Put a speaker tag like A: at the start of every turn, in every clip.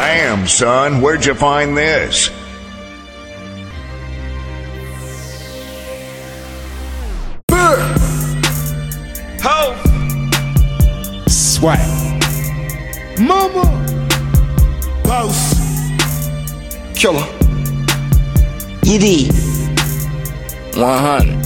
A: Damn, son, where'd you find this?
B: Ho!
C: Swag. Mama. Boss.
B: Killer.
D: Yiddy. 100.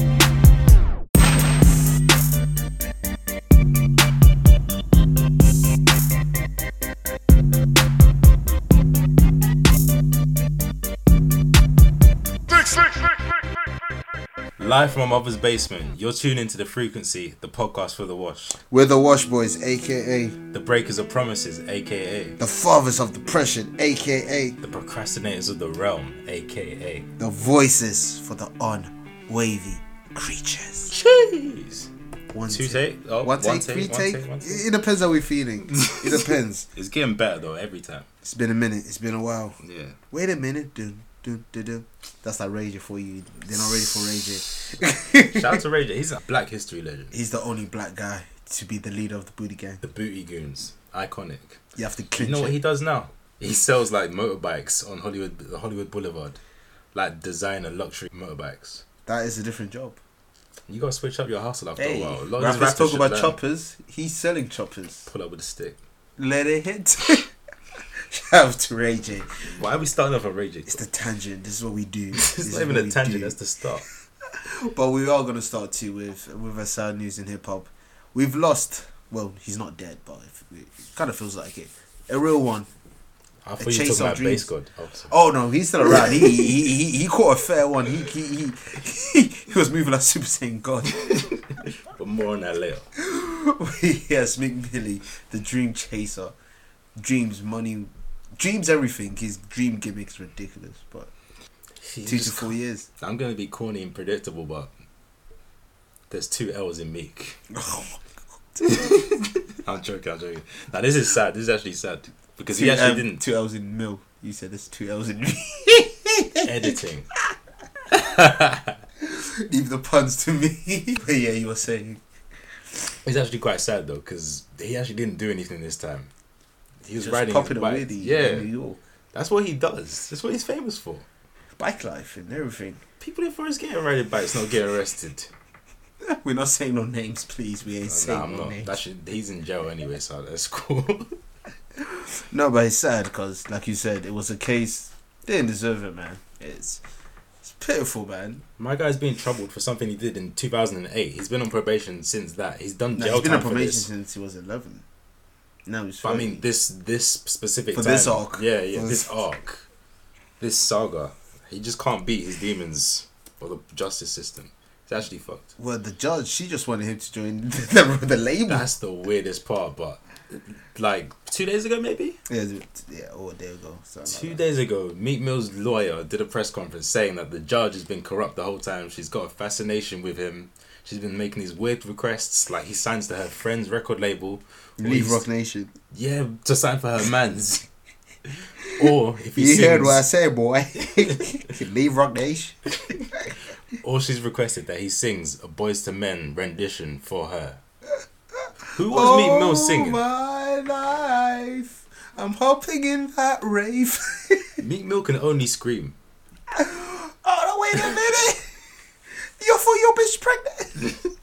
E: Live from my mother's basement, you're tuned into The Frequency, the podcast for The Wash.
F: We're the Wash Boys, aka
E: The Breakers of Promises, aka
F: the Fathers of Depression, aka
E: The Procrastinators of the Realm, aka
F: the Voices for the Unwavy Creatures.
E: Jeez.
F: One
E: Two take? Oh,
F: one take, three
E: one
F: take.
E: one take.
F: It depends how we're feeling. It depends.
E: It's getting better though, every time.
F: It's been a minute. It's been a while.
E: Yeah.
F: Wait a minute. Dun, dun, dun, dun. That's that Rager for you. They're not ready for Rager.
E: Shout out to Ray J, he's a black history legend.
F: He's the only black guy to be the leader of the booty gang.
E: The Booty Goons, iconic.
F: You have to
E: You
F: clinch
E: know what
F: it.
E: he does now? He sells like motorbikes on Hollywood Hollywood Boulevard, like designer luxury motorbikes.
F: that is a different job.
E: You gotta switch up your hustle after
F: Hey,
E: Oh, a while. A lot of these
F: rappers
E: rappers
F: talk
E: should
F: about
E: learn.
F: choppers. He's selling choppers.
E: Pull up with a stick.
F: Let it hit. Shout out to Ray J.
E: Why are we starting off on Ray J?
F: It's the tangent. This is what we do.
E: It's,
F: This is
E: not even
F: what
E: a
F: we
E: tangent,
F: do.
E: that's the start.
F: But we are gonna start too with with our sad news in hip hop. We've lost. Well, he's not dead, but it, it kind of feels like it. A real one.
E: I
F: A
E: thought you were
F: chase
E: talking
F: of
E: about
F: dreams.
E: Base God. Oh, sorry.
F: Oh no, he's still around. He he, he, he caught a fair one. He he, he, he he was moving like Super Saiyan God.
E: But more on that later.
F: yes, Mick Millie, the dream chaser, dreams, money, dreams, everything. His dream gimmick's ridiculous, but two to four years.
E: I'm gonna be corny and predictable, but there's two L's in Meek.
F: Oh,
E: I'm joking, I'm joking. Now this is sad. This is actually sad. Because he
F: Two
E: actually
F: M-
E: didn't
F: Two L's in mil. You said there's two L's in me.
E: editing.
F: Leave the puns to me. but yeah, you were saying.
E: It's actually quite sad though, because he actually didn't do anything this time. He was
F: Just
E: riding
F: popping
E: his
F: a
E: bike.
F: wheelie
E: yeah,
F: in New York.
E: that's what he does. That's what he's famous for.
F: Bike life and everything.
E: People in Forest getting riding bikes, not get arrested.
F: We're not saying no names, please. We ain't saying
E: nah, I'm
F: no
E: not.
F: names.
E: That should, he's in jail anyway, so that's cool.
F: No, but it's sad because, like you said, it was a case. They didn't deserve it, man. It's it's pitiful, man.
E: My guy's been troubled for something he did in 2008. He's been on probation since that. He's done
F: No,
E: jail
F: he's been
E: time
F: on
E: for
F: probation
E: this.
F: since he was 11. No, he's
E: But I
F: 30.
E: mean, this this specific
F: For
E: time-
F: this arc.
E: Yeah, yeah,
F: For
E: this
F: this-
E: arc, this saga. He just can't beat his demons or the justice system. It's actually fucked.
F: Well, the judge, she just wanted him to join the, the, the label.
E: That's the weirdest part, but like two days ago, maybe
F: yeah, dude, yeah, or there we go. something
E: two
F: like
E: days ago, Meek Mill's lawyer did a press conference saying that the judge has been corrupt the whole time. She's got a fascination with him. She's been making these weird requests, like he signs to her friend's record label.
F: that. Leave Rock Nation.
E: Yeah, to sign for her man's. or if he
F: You heard
E: sings-
F: what I said, boy. Leave Rock Nation.
E: or she's requested that he sings a Boys to Men rendition for her. Who was Meek Mill singing?
F: Oh my life. I'm hopping in that rave.
E: Meek Mill can only scream.
F: oh, no, wait a minute. You're for your bitch pregnant.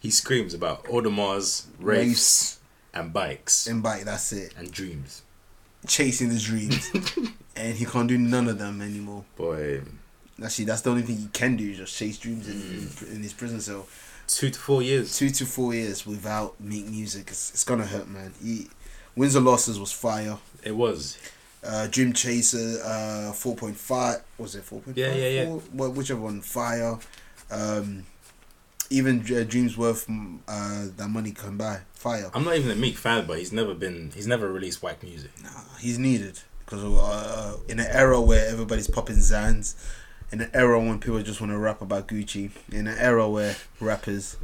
E: He screams about Audemars, rapes, and bikes
F: And bite, that's it.
E: and dreams.
F: Chasing his dreams. and he can't do none of them anymore.
E: Boy,
F: Actually, that's the only thing he can do, is just chase dreams in, in his prison cell.
E: two to four years.
F: Two to four years without Meek music, it's, it's gonna hurt, man. He, Wins or Losses was fire.
E: It was.
F: Uh, Dream Chaser, uh, 4.5, was it 4.5?
E: Yeah, yeah, yeah.
F: Four- wha- whichever one, fire. Um, even uh, Dreams Worth, mm, uh, That Money Can Buy, fire.
E: I'm not even a Meek fan, but he's never been. He's never released whack music.
F: He's needed because uh, in an era where everybody's popping Zans, in an era when people just want to rap about Gucci, in an era where rappers,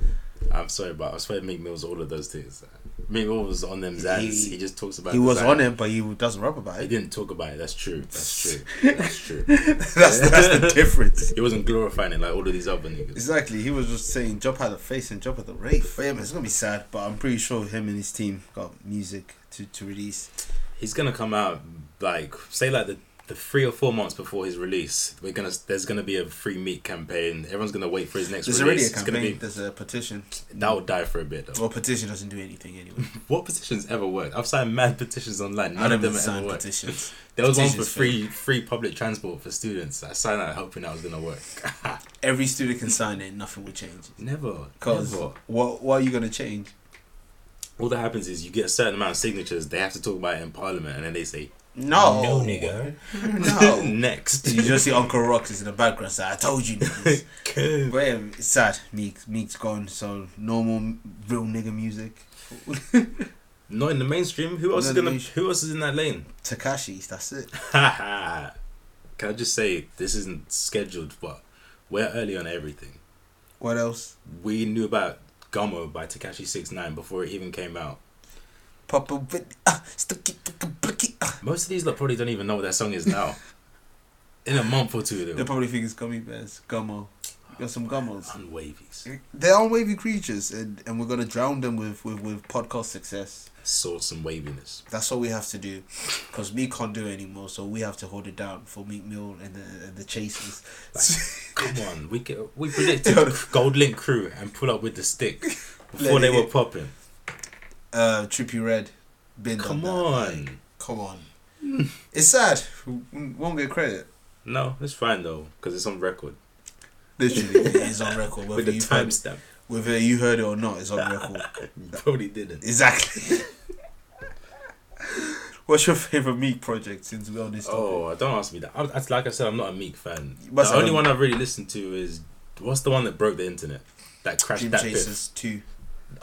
E: I'm sorry, but I swear Meek Mill's all of those things. Meek Mill was on them Zans. He,
F: He-
E: just talks about.
F: he
E: the
F: was
E: Zans.
F: on it, but he doesn't rap about
E: He
F: it.
E: didn't talk about it. That's true. That's true. That's true.
F: that's, that's the difference.
E: He wasn't glorifying it like all of these other niggas.
F: Exactly, he was just saying jump out of the face and jump at the rave. But yeah, man, it's gonna be sad. But I'm pretty sure him and his team got music to, to release.
E: He's gonna come out like say like the the three or four months before his release, we're gonna there's gonna be a free meat campaign. Everyone's gonna wait for his next
F: There's already a
E: release. It's gonna
F: campaign.
E: be
F: There's a petition.
E: that will die for a bit though.
F: Well, petition doesn't do anything anyway.
E: What petitions ever work? I've signed mad petitions online.
F: I
E: None
F: don't
E: of them
F: even
E: have ever
F: sign
E: worked.
F: petitions.
E: There was one for
F: Petitions
E: free free public transport for students. I signed that hoping that was gonna work.
F: Every student can sign it. Nothing will change.
E: never.
F: Cause
E: never.
F: what what are you gonna change?
E: All that happens is you get a certain amount of signatures. They have to talk about it in parliament, and then they say
F: No,
E: no nigga.
F: No.
E: Next.
F: you just see Uncle Rock is in the background. So I told you. Niggas.
E: Good.
F: but yeah, it's sad. Meek Meek's gone. So no more real nigga music.
E: Not in the mainstream. Who else is
F: Not in the
E: gonna?
F: mainstream.
E: Who else is in that lane?
F: Takashi's. That's it.
E: Can I just say this isn't scheduled, but we're early on everything.
F: What else?
E: We knew about Gummo by Takashi Six Nine before it even came out.
F: Papa Vin- ah, sticky, sticky, blicky, ah.
E: Most of these lot probably don't even know what that song is now. in a month or two,
F: They
E: they'll
F: probably think it's gummy bears. Gummo. You got some gummos.
E: unwavies.
F: They're unwavy creatures, and, and we're gonna drown them with, with, with podcast success.
E: Source and waviness.
F: That's all we have to do, because me can't do it anymore. So we have to hold it down for Meek Mill and the, and the Chasers.
E: Come on, we get we predicted Gold Link Crew and pull up with the stick before
F: Let
E: they
F: it
E: were
F: in.
E: popping.
F: uh, Trippy Red, been done
E: Come
F: that.
E: on.
F: come on. it's sad. We won't get credit.
E: No, it's fine though, because it's on record.
F: Literally, it is on record. Whether
E: With the
F: you heard,
E: timestamp,
F: whether you heard it or not, it's on record.
E: you probably didn't.
F: exactly. What's your favorite Meek project? Since we're on this topic,
E: Oh, don't ask me that. I, that's like I said, I'm not a Meek fan. The
F: must have
E: only
F: a-
E: one I've really listened to is what's the one that broke the internet? That crashed
F: Dream
E: that
F: Chasers two.
E: bit.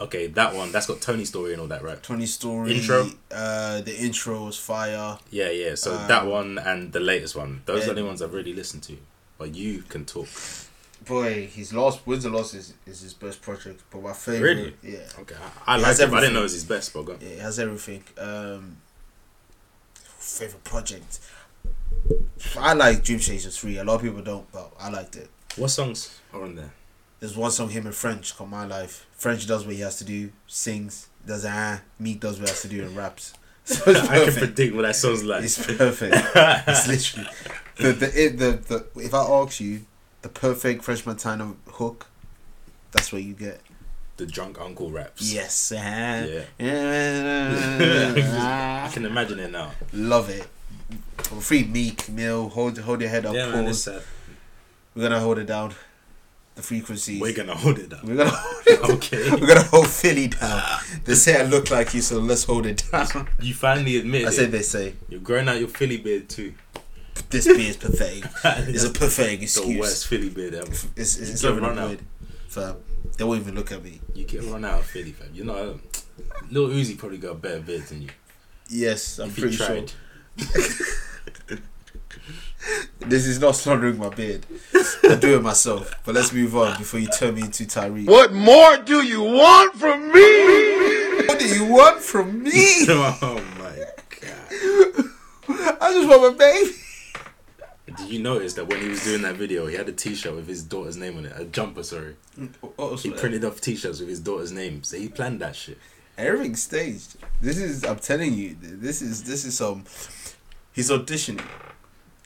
E: Okay, that one. That's got Tony's story and all that, right?
F: Tony Story
E: Intro?
F: Uh, the intro was fire.
E: Yeah, yeah. So
F: Um,
E: that one and the latest one. Those are the
F: and-
E: only ones I've really listened to. But you can talk.
F: Boy, his last wins and losses is his best project, but my favorite.
E: Really?
F: Yeah,
E: Okay, I, I
F: He
E: like
F: has
E: it. But I
F: everything.
E: didn't know it was his best, but go.
F: yeah, it has everything. Um, favorite project. I like Dream Chasers three. A lot of people don't, but I liked it.
E: What songs are on there?
F: There's one song him in French called My Life. French does what he has to do, sings, does a ah, Meek does what he has to do and raps. So it's
E: I can
F: perfect.
E: predict what that sounds like.
F: It's perfect. it's literally the the, it, the the if I ask you the perfect French Montana hook, that's what you get.
E: the drunk uncle raps.
F: Yes.
E: I
F: Yeah.
E: can imagine it now.
F: Love it. Well, Free Meek Mill. Hold hold your head up.
E: yeah, man, it's
F: pause.
E: sad.
F: We're gonna hold it down. The frequencies.
E: We're gonna hold it down.
F: We're gonna hold it down.
E: Okay.
F: We're gonna hold Philly down. They say I look like you, so let's hold it down.
E: You finally admit
F: I
E: it.
F: say they say
E: You're growing out your Philly beard too.
F: this beer is pathetic. It's a pathetic excuse.
E: The worst Philly beard ever.
F: It's, it's, it's
E: get
F: not even
E: run out.
F: good. Fam, they won't even look at me.
E: You get run out of Philly, fam. You know, Lil Uzi probably got a better beard than you.
F: Yes, I'm
E: If
F: pretty
E: he
F: sure.
E: tried.
F: This is not slandering my beard. I do it myself. But let's move on before you turn me into Tyreek.
A: What more do you want from me?
F: What do you want from me?
E: oh my god.
F: I just want my baby.
E: Did you notice that when he was doing that video, he had a T-shirt with his daughter's name on it, a jumper, sorry.
F: Oh,
E: He printed off T-shirts with his daughter's name, so he planned that shit.
F: Everything's staged. This is. I'm telling you. th- This is. This is some. He's auditioning.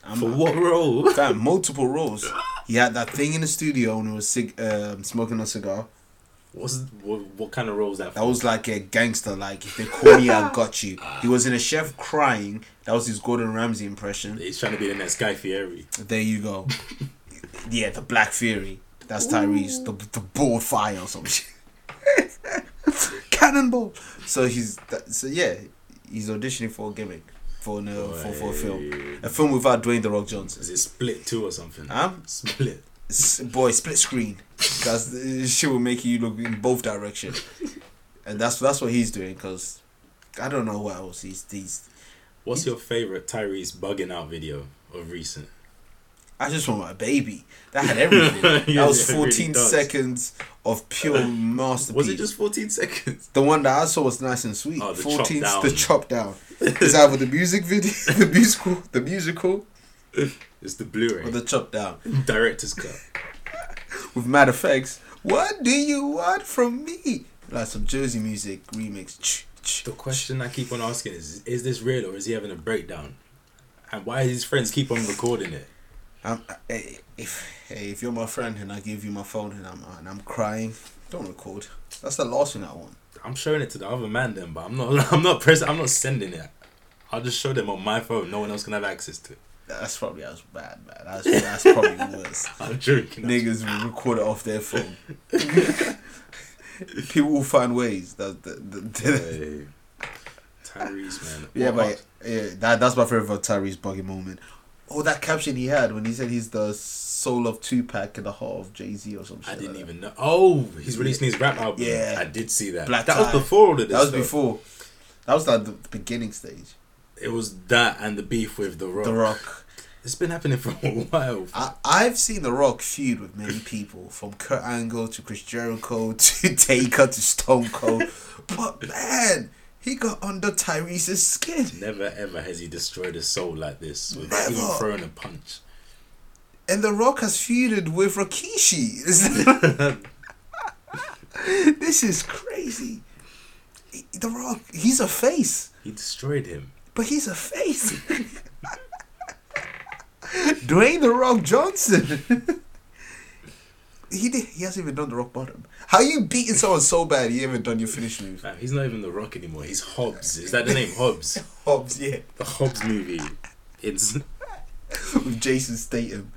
F: I'm,
E: For what role?
F: Fam, multiple roles. He had that thing in the studio when he was cig- um, smoking a cigar.
E: What's what, what kind of role was that?
F: That was like a gangster. Like if they call me, I got you. He was in a chef crying. That was his Gordon Ramsay impression.
E: He's trying to be the next Guy Fieri.
F: There you go. yeah, the Black Fury. That's Tyrese. The the ball fire or some shit. Cannonball. So he's that, so yeah, he's auditioning for a gimmick for an, uh, for for a film, a film without Dwayne the Rock Johnson.
E: Is it Split Two or something?
F: Huh?
E: Split.
F: S- boy, split screen. That's the shit will make you look in both directions, and that's that's what he's doing. Cause I don't know what else he's these.
E: What's your favorite Tyrese bugging out video of recent?
F: I just want my baby. That had everything.
E: Yeah,
F: that was
E: it really
F: 14
E: does.
F: seconds of pure masterpiece.
E: Was it just 14 seconds?
F: The one that I saw was nice and sweet.
E: Oh, the chop
F: 14,
E: down.
F: the chop down. Is either the music video, the musical, the musical,
E: It's the Blu-ray
F: or the chop down
E: director's cut.
F: with mad effects. What do you want from me? Like some Jersey music remix. Ch- ch-
E: The question I keep on asking is: Is this real or is he having a breakdown? And why his friends keep on recording it?
F: I'm, I, hey, if hey, if you're my friend and I give you my phone and I'm and I'm crying, don't record. That's the last thing I want.
E: I'm showing it to the other man then, but I'm not. I'm not press. I'm not sending it. I'll just show them on my phone. No one else can have access to it.
F: That's probably as bad, man. That's, that's probably worse.
E: I'm joking.
F: Niggas will record it off their phone. People will find ways. That, that, that, that-
E: Hey, Tyrese, man.
F: yeah,
E: What
F: but yeah, that, that's my favorite Tyrese Buggy moment. Oh, that caption he had when he said he's the soul of Tupac and the heart of Jay Z or something.
E: I didn't even know. Oh, he's releasing his rap album.
F: Yeah.
E: I did see that.
F: Black
E: that
F: Tie.
E: was before all of this.
F: That was
E: though.
F: before. That was like the beginning stage.
E: It was that and the beef with the Rock.
F: The Rock.
E: It's been happening for a while.
F: I, I've seen The Rock feud with many people, from Kurt Angle to Chris Jericho to Taker to Stone Cold. but man, he got under Tyrese's skin.
E: Never ever has he destroyed a soul like this without
F: Never.
E: even throwing a punch.
F: And The Rock has feuded with Rikishi. this is crazy. The Rock, he's a face.
E: He destroyed him.
F: But he's a face. Dwayne the Rock Johnson. he did, he hasn't even done the rock bottom. How you beating someone so bad you haven't done your finish move?
E: Man, he's not even the Rock anymore. He's Hobbs. Is that the name? Hobbs.
F: Hobbs, yeah,
E: The Hobbs movie. It's
F: with Jason Statham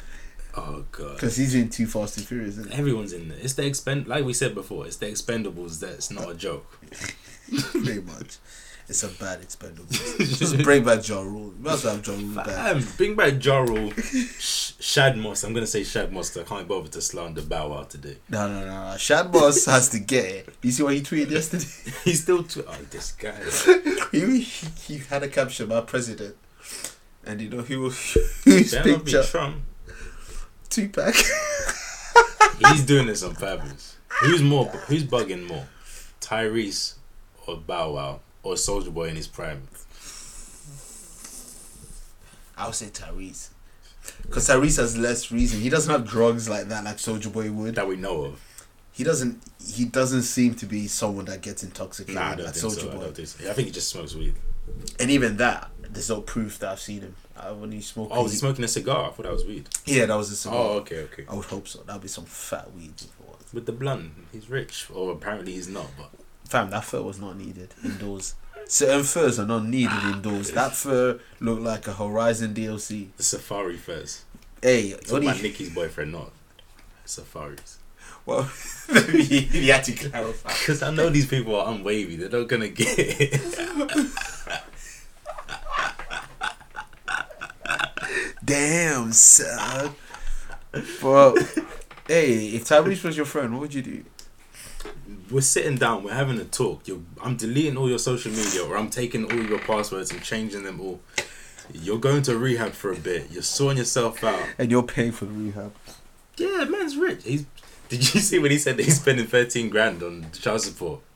E: oh god.
F: because he's in Too Fast and Furious. Isn't he?
E: Everyone's in there. It's the expend. Like we said before, it's the Expendables. That's not a joke.
F: Pretty much, it's a bad expendable. Just bring back Ja Rule. You must have Ja Rule back.
E: Um, bring back Jarrell, Sh- Shad Moss. I'm gonna say Shad Moss. 'cause I can't bother to slander Bow Wow today.
F: No, no, no. no. Shad Moss has to get it. You see what he tweeted yesterday?
E: He's still too. Oh, this guy.
F: he, he, he had a caption about president, and you know who was whose
E: Better not be
F: picture
E: Trump.
F: Tupac.
E: He's doing this on purpose. Who's more? Who's bugging more, Tyrese or Bow Wow or Soldier Boy in his prime?
F: I'll say Tyrese, because Tyrese has less reason. He doesn't have drugs like that, like Soldier Boy would.
E: That we know of.
F: He doesn't. He doesn't seem to be someone that gets intoxicated
E: Nah, I don't
F: like
E: think
F: Soldier
E: so. I
F: Boy.
E: don't think so. I think he just smokes weed.
F: And even that, there's no proof that I've seen him. I, when he smoked,
E: Oh, was he smoking a cigar? I thought that was weed.
F: yeah, that was a cigar.
E: Oh, okay, okay.
F: I would hope so. That'd be some fat weed. Before.
E: With the blunt, he's rich, or apparently he's not. But
F: Fam, that fur was not needed indoors. Certain furs are not needed indoors. That fur looked like a Horizon DLC.
E: the safari first.
F: Hey,
E: Talk
F: what
E: about
F: do you,
E: Nicky's boyfriend, not safaris.
F: well, he, he had to clarify.
E: Because I know these people are unwavy. They're not gonna get it.
F: Damn, son. Well, hey, if Tyrese was your friend, what would you do?
E: we're sitting down. We're having a talk. You're, I'm deleting all your social media, or I'm taking all your passwords and changing them all. You're going to rehab for a bit. You're sorting yourself out.
F: And you're paying for the rehab.
E: Yeah, man's rich. He's. Did you see when he said that he's spending thirteen grand on child support?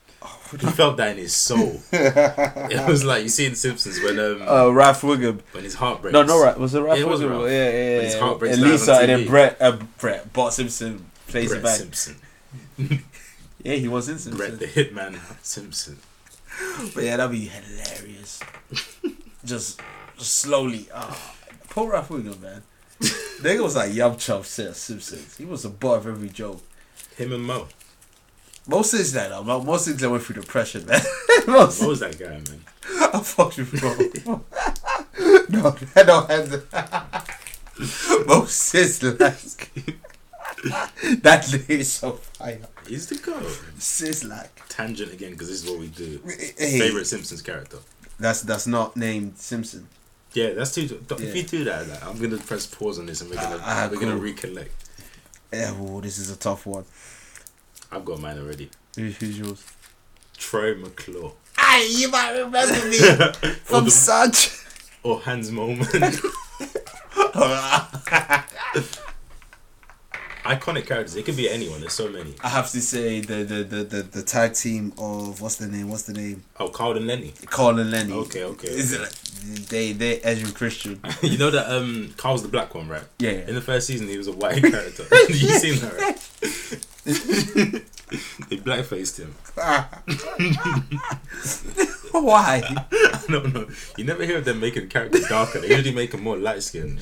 E: He felt that in his soul. it was like you see in Simpsons when um
F: Uh, Ralph Wiggum.
E: when his heart breaks.
F: No, no, right. Was it Ralph
E: Yeah, it was
F: Wiggum?
E: Ralph.
F: Yeah, yeah,
E: When his
F: yeah.
E: heart breaks
F: and
E: live on
F: Lisa, and then
E: TV.
F: Brett, uh, Brett, Bart Simpson plays it
E: Brett
F: back.
E: Simpson,
F: Yeah, he was in Simpson.
E: Brett the Hitman Simpson.
F: But yeah, that'd be hilarious. just, just slowly. ah, poor Ralph Wiggum, man. Nigga was like Yum Chop Simpsons. He was above every joke.
E: Him and Mo.
F: Most things that I'm not, most things I went through depression, man. most,
E: What was that guy, man?
F: I fucked you, bro. no, I don't have the. most things like that nigga is so fire.
E: He's the go.
F: Sis like
E: Tangent again because this is what we do.
F: Hey.
E: Favorite Simpsons character.
F: that's that's not named Simpson.
E: Yeah, that's too. do-
F: Yeah.
E: If you do that, like, I'm gonna press pause on this and we're gonna
F: Ah, ah,
E: we're gonna
F: cool.
E: recollect.
F: Yeah, oh, this is a tough one.
E: I've got mine already.
F: Who- Who's yours?
E: Troy McClaw
F: Hey, you might remember me
E: or,
F: from
E: the,
F: such.
E: or Hans Moleman.
F: I
E: Iconic characters. It could be anyone. There's so many.
F: have to say the the, the, the the tag team of what's the name? What's the name?
E: Oh, Carl and Lenny.
F: Carl and Lenny.
E: Okay, okay.
F: Is it like- they they Ezra and Christian?
E: you know that um Carl's the black one, right?
F: Yeah, yeah.
E: In the first season, he was a white character. you seen that? Right? they blackfaced him.
F: Why?
E: No, no. You never hear of them making characters darker. They usually make them more light skinned.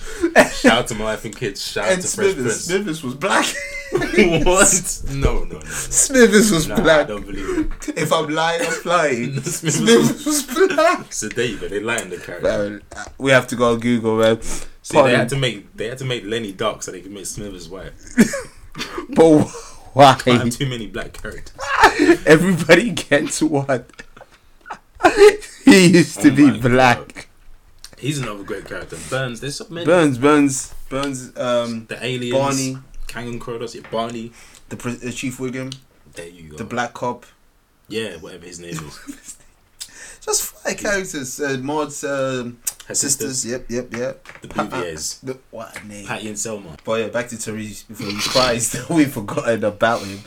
E: Shout out to My Life and Kids. Shout out
F: and
E: to Fresh
F: Smithers.
E: Prince.
F: Smithers was black.
E: what? No, no, no.
F: Smithers was
E: no I
F: black.
E: don't believe
F: If I'm lying, I'm flying.
E: it. Smithers.
F: Smithers was black.
E: So there you go. They lightened the character.
F: Man, we have to go on Google, man.
E: See, they had to make they had to make Lenny dark so they could make Smithers white.
F: but
E: I
F: why?
E: have too many black characters.
F: Everybody gets one. he used to
E: Oh my
F: be
E: God.
F: black.
E: He's another great character. Burns. There's so many.
F: Burns, Burns, Burns. Um,
E: The aliens.
F: Barney,
E: Kangan Kronos. Yeah, Barney.
F: the, pr- the Chief Wiggum,
E: There you go.
F: the Black Cop.
E: Yeah, whatever his name is.
F: Just five characters. Uh, Maud's um,
E: Her
F: sisters.
E: sisters.
F: Uh-uh. Yep, yep, yep.
E: The Bouviers.
F: The, what a name.
E: Patty and Selma.
F: But yeah, back to Therese before he cries that we've forgotten about him.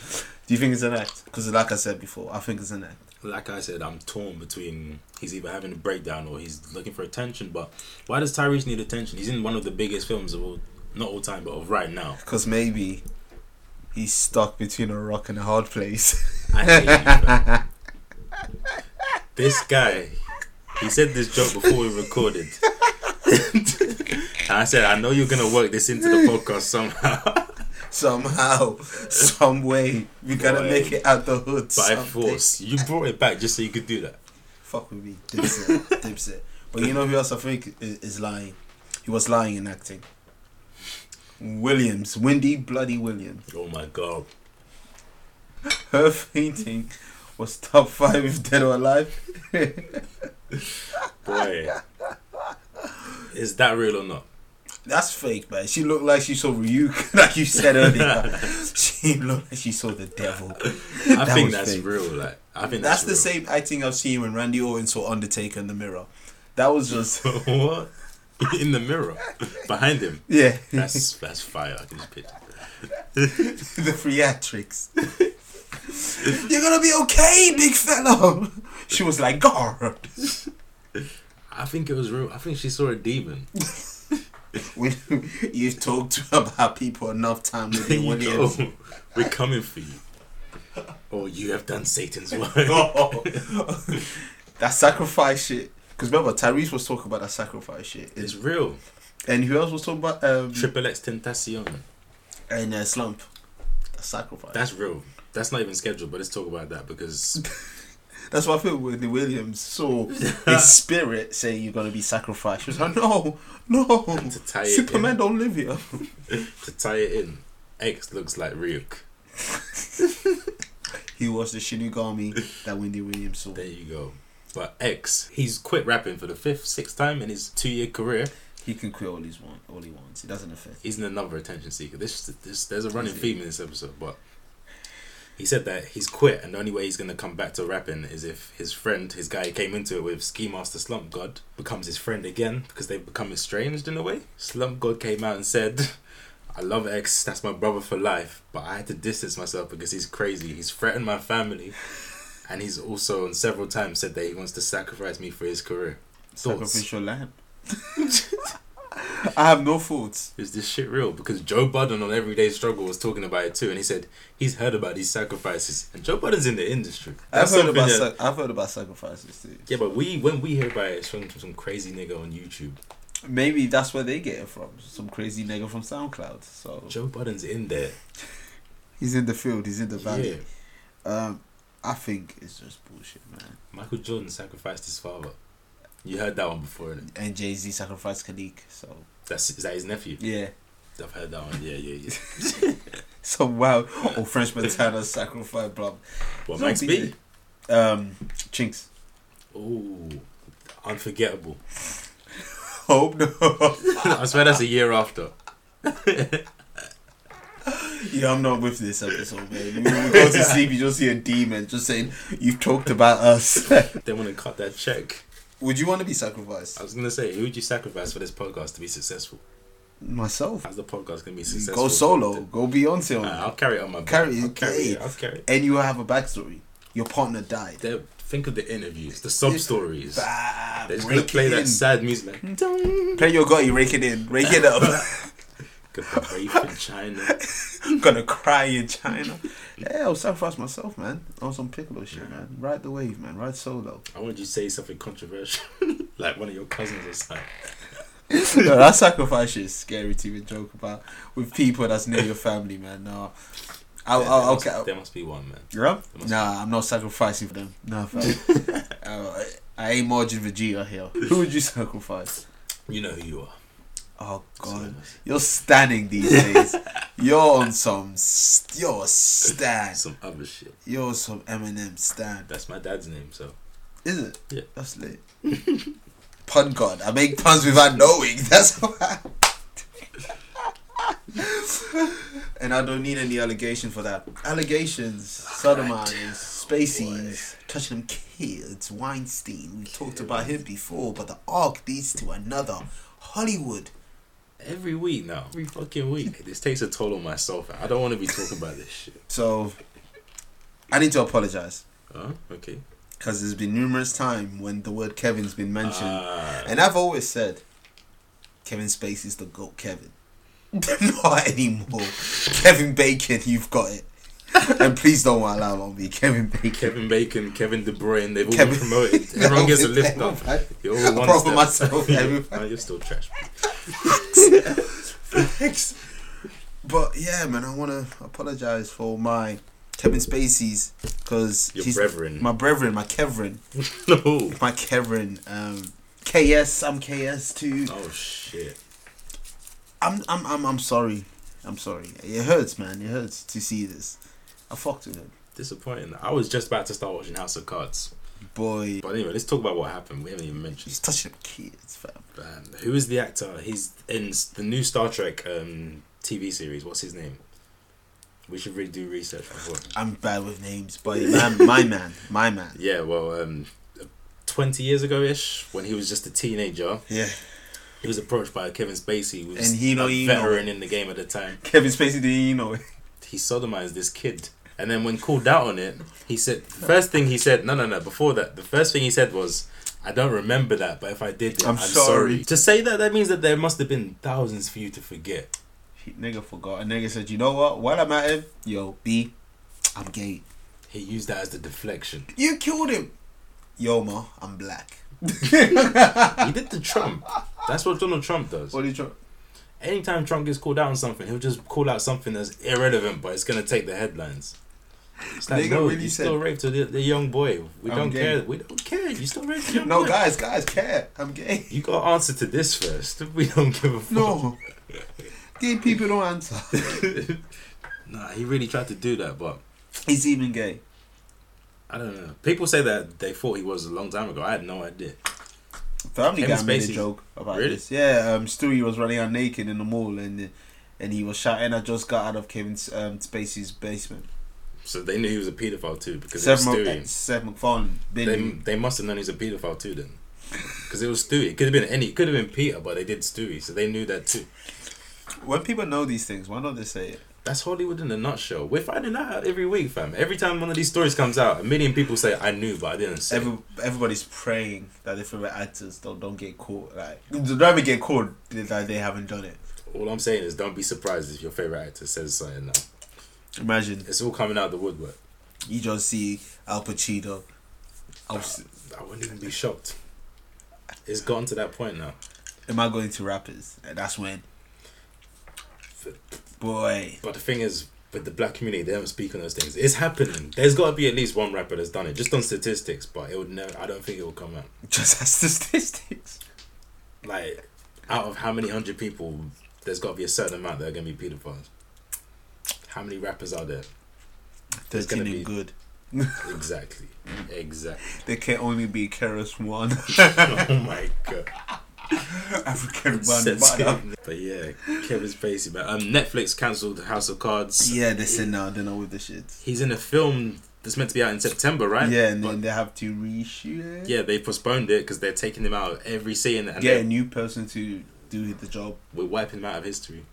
F: Do you think it's an act? Because like I said before, I think it's an act.
E: Like I said, I'm torn between he's either having a breakdown or he's looking for attention. But why does Tyrese need attention? He's in one of the biggest films of all, not all time, but of right now.
F: Because maybe he's stuck between a rock and a hard place.
E: I hate you, man. This guy, he said this joke before we recorded. and I said, I know you're gonna work this into the podcast somehow.
F: Somehow, some way, we gotta
E: Boy.
F: make it out the hood.
E: By
F: someday.
E: force. You brought it back just so you could do that.
F: Fuck with me, Dipset, Dipset. But you know who else I think i- is lying? He was lying in acting. Williams, Windy Bloody Williams.
E: Oh my god.
F: Her fainting was top five if dead or alive.
E: Boy. Is that real or not?
F: That's fake, man. She looked like she saw Ryuk, like you said earlier. she looked like she saw the devil.
E: I
F: That
E: think
F: was
E: that's
F: fake.
E: real. Like I think
F: That's
E: that's,
F: the same acting I've seen when Randy Orton saw Undertaker in the mirror. That was just
E: the same. what? In the mirror, behind him.
F: yeah,
E: That's that's fire. I can just picture.
F: the theatrics. You're gonna be okay, big fella. She was like, "Gar."
E: I think it was real. I think she saw a demon.
F: When you've talked about people enough time with
E: There
F: you,
E: you
F: Williams.
E: go. oh, We're coming for you. Oh, you have done Satan's work.
F: that sacrifice shit. Because remember, Tyrese was talking about that sacrifice shit.
E: It's real.
F: And who else was talking about um,
E: Triple X Tentacion.
F: and uh, slump. A sacrifice. That's,
E: That's real. That's not even scheduled, but let's talk about that because
F: why I feel with the Williams saw his spirit say you're gonna be sacrificed. She was like, no, no,
E: to tie it
F: Superman
E: in.
F: don't live here.
E: to tie it in, X looks like Ryuk.
F: He was the Shinigami that Wendy Williams saw.
E: There you go. But X, he's quit rapping for the fifth, sixth time in his two-year career.
F: He can quit all he's want, all he wants. It doesn't affect.
E: He's another attention seeker. This, this, there's a running theme in this episode, but he said that he's quit, and the only way he's gonna come back to rapping is if his friend, his guy, he came into it with Ski Master Slump God, becomes his friend again because they've become estranged in a way. Slump God came out and said, "I love X. That's my brother for life, but I had to distance myself because he's crazy. He's threatened my family, and he's also on several times said that he wants to sacrifice me for his career." Thoughts?
F: Sacrificial lamb. I have no thoughts.
E: is this shit real? Because Joe Budden on Everyday Struggle was talking about it too, and he said he's heard about these sacrifices. And Joe Budden's in the industry.
F: I've
E: That's
F: heard about
E: something that-
F: sac- I've heard about sacrifices too.
E: yeah, but we when we hear about it, it's from some crazy nigga on YouTube.
F: Maybe that's where they get it from. Some crazy nigga from SoundCloud. So
E: Joe Budden's in there.
F: he's in the field. He's in the valley.
E: Yeah,
F: Um, I think it's just bullshit, man.
E: Michael Jordan sacrificed his father. You heard that one before, innit?
F: And Jay Z sacrificed Khalik, so
E: That's is that his nephew?
F: yeah.
E: I've heard that one. Yeah, yeah, yeah.
F: So wow. Or French Montana sacrificed blah.
E: Well,
F: Don't
E: Max
F: be
E: B.
F: Um, Chinks.
E: Ooh, unforgettable.
F: Oh no.
E: I swear that's a year after.
F: yeah, I'm not with this episode, man. When you go to sleep, you just see a demon just saying, "You've talked about us."
E: They want to cut that check.
F: Would you want to be sacrificed?
E: I was gonna say, who would you sacrifice for this podcast to be successful?
F: Myself.
E: How's the podcast gonna be successful?
F: Go solo. Go Beyonce on
E: Nah,
F: it.
E: I'll carry it on my back.
F: Carry it,
E: Ah. I'll carry
F: yeah.
E: it. I'll carry it.
F: And you have a backstory. Your partner died.
E: They- think of the interviews, the sub stories.
F: Bah,
E: They're just gonna
F: rake
E: play
F: it
E: that
F: in.
E: sad music. Like,
F: Play your gutty, rake it in, rake it up.
E: Gonna rave in China.
F: gonna cry in China. Yeah, I was sacrificed myself, man. I was on Piccolo shit, man. Ride the wave, man. Ride solo.
E: I wanted you to say something controversial, like one of your cousins or something.
F: no, that sacrifice shit is scary to even joke about with people that's near your family, man. No, I'll,
E: There
F: I'll,
E: must-
F: I'll,
E: There must be one, man.
F: You're up?
E: There must
F: Nah, I'm not sacrificing for them. Nah, fam. uh, I ain't Margin Vegeta here. Who would you sacrifice?
E: You know who you are.
F: Oh god,
E: Silence.
F: you're standing these days. You're on some. St- you're a stand.
E: Some other shit.
F: You're some Eminem stand.
E: That's my dad's name, so
F: Is it?
E: Yeah.
F: That's lit. Pun god. I make puns without knowing. That's how I. And I don't need any allegation for that. Allegations, sodomized, spaces, touching them kids, Weinstein. We talked about him before, but the arc leads to another. Hollywood.
E: every week now, every fucking week, this takes a toll on myself. I don't want to be talking about this shit.
F: So, I need to apologize
E: Huh? Okay.
F: because there's been numerous time when the word Kevin's been mentioned,
E: Ah.
F: and I've always said Kevin Spacey's the goat. Kevin, not anymore. Kevin Bacon, you've got it. and please don't want to lie on me, Kevin Bacon.
E: Kevin Bacon, Kevin De Bruyne, they've all
F: Kevin-
E: been promoted. Everyone gets a
F: No,
E: lift
F: no,
E: up.
F: I-
E: You're
F: I
E: all one
F: brought
E: step.
F: myself,
E: Yeah.
F: everyone.
E: No, you're still trash.
F: Thanks. But yeah, man, I want to apologize for my Kevin Spacey's because
E: Your brethren.
F: my brethren, my Kevin,
E: no.
F: my Kevin, um, KS, I'm KS too.
E: Oh shit.
F: I'm, I'm, I'm, I'm sorry, I'm sorry. It hurts, man. It hurts to see this. I fucked with him,
E: Disappointing. I was just about to start watching House of Cards.
F: boy.
E: But anyway, let's talk about what happened. We haven't even mentioned.
F: He's touching up kids, fam.
E: Um, who is the actor? He's in s- the new Star Trek um, TV series. What's his name? We should really do research before.
F: I'm bad with names, but man, my man, my man.
E: Yeah, well, um, 20 years ago ish, when he was just a teenager,
F: Yeah,
E: he was approached by Kevin Spacey, who was
F: And he know
E: a
F: you know.
E: veteran in the game at the time.
F: Kevin Spacey didn't you know it.
E: he sodomized this kid. And then when called out on it, he said the first thing he said, no no no, before that, the first thing he said was, I don't remember that, but if I did it,
F: I'm
E: I'm,
F: sorry."
E: sorry. To say that that means that there must have been thousands for you to forget.
F: He, nigga forgot. And nigga said, you know what? While I'm at him, yo, B, I'm gay.
E: He used that as the deflection.
F: You killed him. Yo, ma, I'm black.
E: He did the Trump. That's what Donald Trump does.
F: What did you?
E: Anytime Trump gets called out on something, he'll just call out something that's irrelevant, but it's gonna take the headlines. It's like,
F: Nigga
E: no,
F: really
E: you
F: said-
E: still raped the, the young boy. We
F: I'm
E: don't
F: gay.
E: care. We don't care. You still raped the young
F: No,
E: boy.
F: guys, guys, care. I'm gay.
E: You got to answer to this first. We don't give a fuck.
F: No. gay people don't answer.
E: Nah, he really tried to do that, but
F: He's even gay.
E: I don't know. People say that they thought he was a long time ago. I had no idea.
F: Family
E: Kevin
F: Guy made a
E: Spacey.
F: joke about
E: Really?
F: this. Yeah, um, Stewie was running out naked in the mall and and he was shouting, "I just got out of Kevin um, Spacey's basement."
E: So they knew he was a paedophile too because it
F: Seth,
E: was
F: Mac-
E: Stewie.
F: Seth MacFarlane.
E: They,
F: Billy.
E: they must have known he was a paedophile too then, because it was Stewie. It could have been any. It could have been Peter, but they did Stewie, so they knew that too.
F: When people know these things, why don't they say it?
E: That's Hollywood in a nutshell. We're finding that out every week, fam. Every time one of these stories comes out, a million people say, "I knew, but I didn't say."
F: Every, everybody's praying that their favorite actors don't don't get caught. Like they never get caught that they haven't done it.
E: All I'm saying is, don't be surprised if your favorite actor says something. Now.
F: Imagine
E: It's all coming out of the woodwork.
F: you just see Al Pacino. Al-
E: I wouldn't even be shocked. It's gotten to that point now.
F: am I going to rappers? And that's when. Boy,
E: But the thing is, with the black community, they don't speak on those things. It's happening. There's got to be at least one rapper that's done it, just on statistics. But it would never. I don't think it will come out.
F: just as statistics.
E: Like, out of how many hundred people, there's got to be a certain amount that are gonna be pedophiles. How many rappers are there?
F: Thirteen
E: gonna
F: and
E: be-
F: good.
E: Exactly. Exactly.
F: There can only be Keras one
E: oh my god.
F: African one.
E: Sensitive. But yeah, Kevin Spacey. But um, Netflix cancelled House of Cards.
F: Yeah, they said no, they're not with the shits.
E: He's in a film that's meant to be out in September, right?
F: Yeah, and
E: But-
F: then they have to reshoot it.
E: Yeah, they postponed it because they're taking him out of every scene and
F: Get
E: they-
F: a new person to do the job.
E: we're wiping him out of history.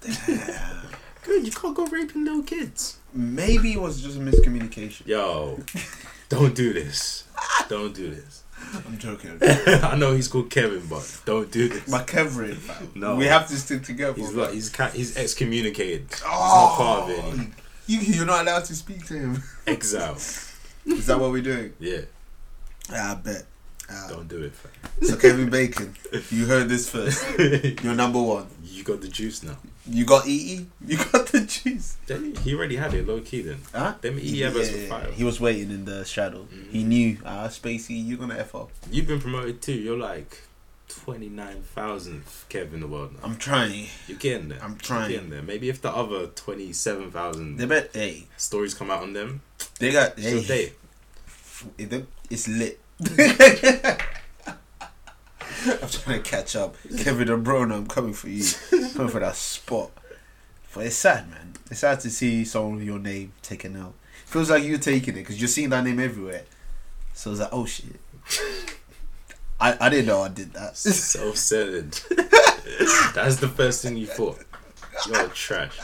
E: Good, you can't go raping little kids.
F: Maybe it was just a miscommunication.
E: Yo, don't do this. Don't do this.
F: I'm joking.
E: I know he's called Kevin, but don't do this.
F: My Kevin, fam.
E: No.
F: we have to stick together.
E: He's like he's ca- he's excommunicated. he's not part of it.
F: oh,
E: anymore.
F: you, you're not allowed to speak to him.
E: Exile.
F: Is that what we're doing?
E: Yeah,
F: Yeah, Ah, I bet. Uh,
E: don't do it. fam.
F: so Kevin Bacon, you heard this first. You're number one.
E: you got the juice now.
F: You got EE. You got the juice.
E: Then He already had it low key then.
F: Huh?
E: Them E EE adverts were fire. Mm.
F: He was waiting in the shadow. He knew, ah, Spacey, you're gonna f up.
E: You've been promoted too. You're like twenty nine thousandth Kev in the world now.
F: I'm trying.
E: You're getting there.
F: I'm
E: You're
F: trying.
E: getting there. Maybe if the other twenty seven thousand
F: They bet. Hey,
E: stories come out on them,
F: they got.
E: it's your
F: Hey,
E: day.
F: if they- it's lit. I'm trying to catch up. Kevin De Bruyne, I'm coming for you. coming for that spot. But it's sad, man. It's sad to see someone with your name taken out. Feels like you're taking it because you're seeing that name everywhere. So it's like, oh shit. I, I didn't know I did that.
E: So centered. That's the first thing you thought. You're trash.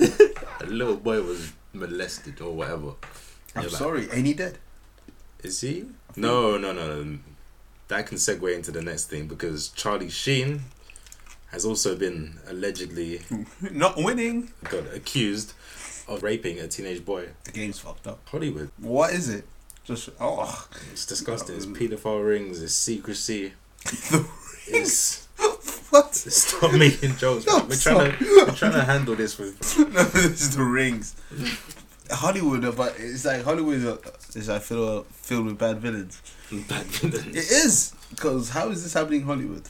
E: A little boy was molested or whatever.
F: I'm
E: You're like,
F: sorry. Ain't he dead?
E: Is he? No, no, no, no. That can segue into the next thing because Charlie Sheen has also been allegedly
F: Not winning.
E: got accused of raping a teenage boy.
F: The game's fucked up.
E: Hollywood.
F: What is it? Just oh,
E: It's disgusting. It's pedophile rings. It's secrecy.
F: the
E: It's
F: what?
E: stop making jokes.
F: No,
E: man. we're trying to
F: stop.
E: we're trying to handle this with
F: no, this is the rings. Hollywood, uh, but it's like Hollywood is, uh, is I feel uh, filled with bad villains. It
E: badminton.
F: is because how is this happening in Hollywood?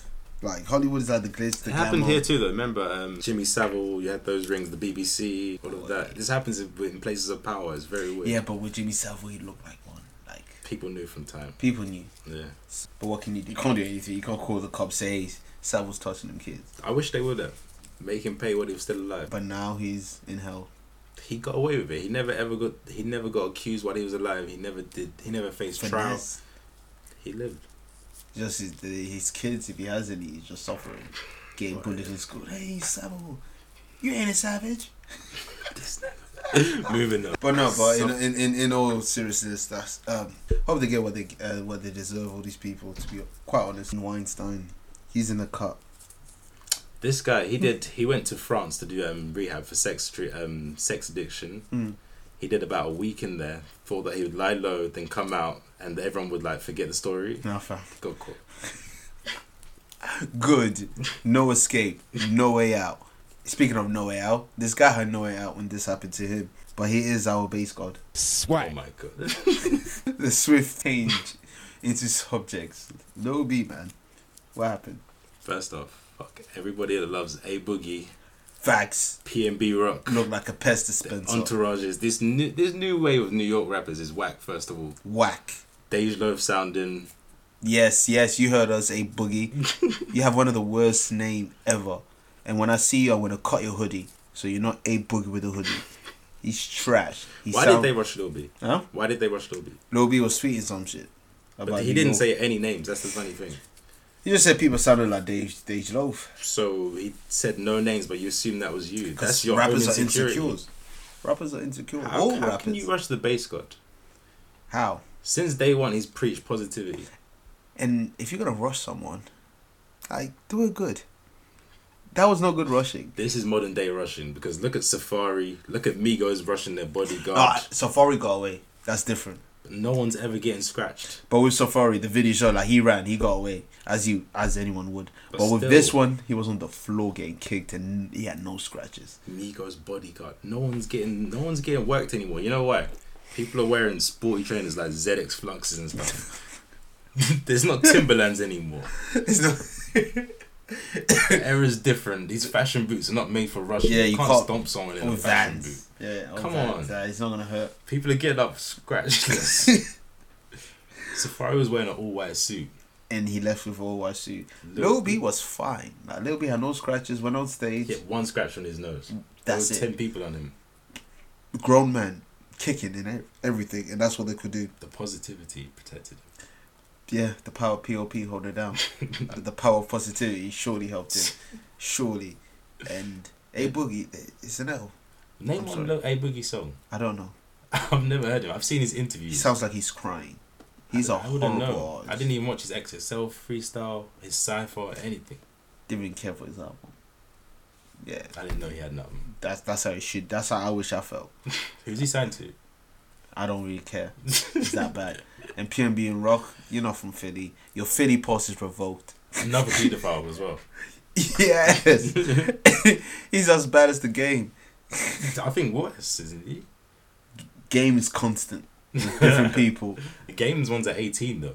F: Like Hollywood is like the glitz, the
E: It happened
F: glamour.
E: here too, though. Remember, um, Jimmy Savile, you had those rings, the BBC, all of that. This happens in in places of power. It's very weird.
F: Yeah, but with Jimmy Savile, he looked like one. Like
E: People knew from time.
F: people knew,
E: Yeah.
F: but what can you do? You can't do anything. You can't call the cops. Say hey, Savile's touching them kids,
E: I wish they would have. Make him pay while he was still alive. But
F: but now he's in hell.
E: he got away with it. He never ever got he never got accused while he was alive. He never did he never faced trial.
F: Finesse.
E: He lived.
F: just his, the- his kids, if he has any, he's just suffering. Getting bullied in school. Hey, Sabo, you ain't a savage.
E: Moving on.
F: But no, but in, in, in, in all seriousness, that's um, hope they get what they uh, what they deserve. All these people, to be quite honest, Weinstein, he's in the cut.
E: This guy, he did. He went to France to do um, rehab for sex tre- um, sex addiction. He did about a week in there. Thought that he would lie low, then come out, and everyone would like forget the story.
F: Nah, fam.
E: Got caught.
F: Good, no escape, no way out. Speaking of no way out, this guy had no way out when this happened to him. But he is our base god.
E: Oh
C: Swag.
E: my god.
F: the swift change into subjects. No B man, what happened?
E: First off, fuck everybody that loves a boogie,
F: Facts.
E: PNB Rock,
F: look like a pest dispenser.
E: entourages. This new this new wave of New York rappers is whack. First of all,
F: Whack.
E: Dej Loaf sounding.
F: Yes, yes, you heard us, a boogie. you have one of the worst name ever. And when I see you, I'm gonna cut your hoodie. So you're not a boogie with a hoodie. He's trash. He
E: Why
F: sound-
E: did they rush Lil B?
F: Huh?
E: Why did they rush Lil B?
F: Lil B was tweeting some shit.
E: But he
F: New
E: didn't
F: York.
E: say any names. That's the funny thing.
F: He just said people sounded like Dej, Dej Loaf.
E: So he said no names, but you assume that was you.
F: 'Cause
E: That's your
F: rappers
E: own
F: are
E: insecurity.
F: insecure. Rappers are insecure.
E: How,
F: All
E: how
F: rappers.
E: can you rush the base god?
F: how?
E: Since day one, he's preached positivity.
F: And if you're gonna rush someone, like do it good. That was no good rushing.
E: This is modern day rushing because look at Safari, look at Migos rushing their bodyguard.
F: Ah, Safari got away. That's different.
E: No one's ever getting scratched.
F: But with Safari, the video showed like he ran, he got away, as you as anyone would. But,
E: But
F: with
E: still-
F: this one, he was on the floor getting kicked, and he had no scratches.
E: Migos bodyguard. No one's getting no one's getting worked anymore. You know why? People are wearing sporty trainers like ZX Fluxes and stuff. There's not Timberlands anymore.
F: It's not-
E: The era's different. These fashion boots are not made for rushing.
F: yeah, you
E: you
F: can't,
E: can't, stomp someone in
F: or
E: a fashion boot.
F: Vans. Yeah, or
E: Come
F: Vans.
E: on.
F: Uh, it's not gonna hurt.
E: People are getting up scratchless. Safari was wearing an all white suit.
F: And he left with all white suit.
E: Lil
F: Lil B
E: B-
F: was fine. Like Lil B had no scratches. Went on stage.
E: He had one scratch on his nose.
F: That's
E: there
F: it.
E: were 10 people on him.
F: Grown man kicking and e- everything, and that's what they could do.
E: The positivity protected him.
F: Yeah, the power of POP hold it down. Uh, the power of positivity surely helped him. Surely. And A Boogie, it's an L.
E: Name
F: I'm
E: one
F: sorry.
E: Lil A Boogie song.
F: I don't know.
E: I've never heard him. I've seen his
F: He
E: interviews.
F: sounds like he's crying. He's a
E: I wouldn't
F: horrible
E: know.
F: artist.
E: I didn't e- even watch his XSL freestyle, his cipher, anything.
F: didn't even care for his album. Yeah,
E: I didn't know he had nothing.
F: that's that's how it should. That's how I wish I felt.
E: Who's he signed to?
F: I don't really care. It's that bad. And PNB and Rock, you're not from Philly. Your Philly pulse is revoked.
E: Another pedophile as well.
F: Yes, he's as bad as the game.
E: I think worse, isn't he?
F: Game is constant. With different people.
E: The games one's at 18 though.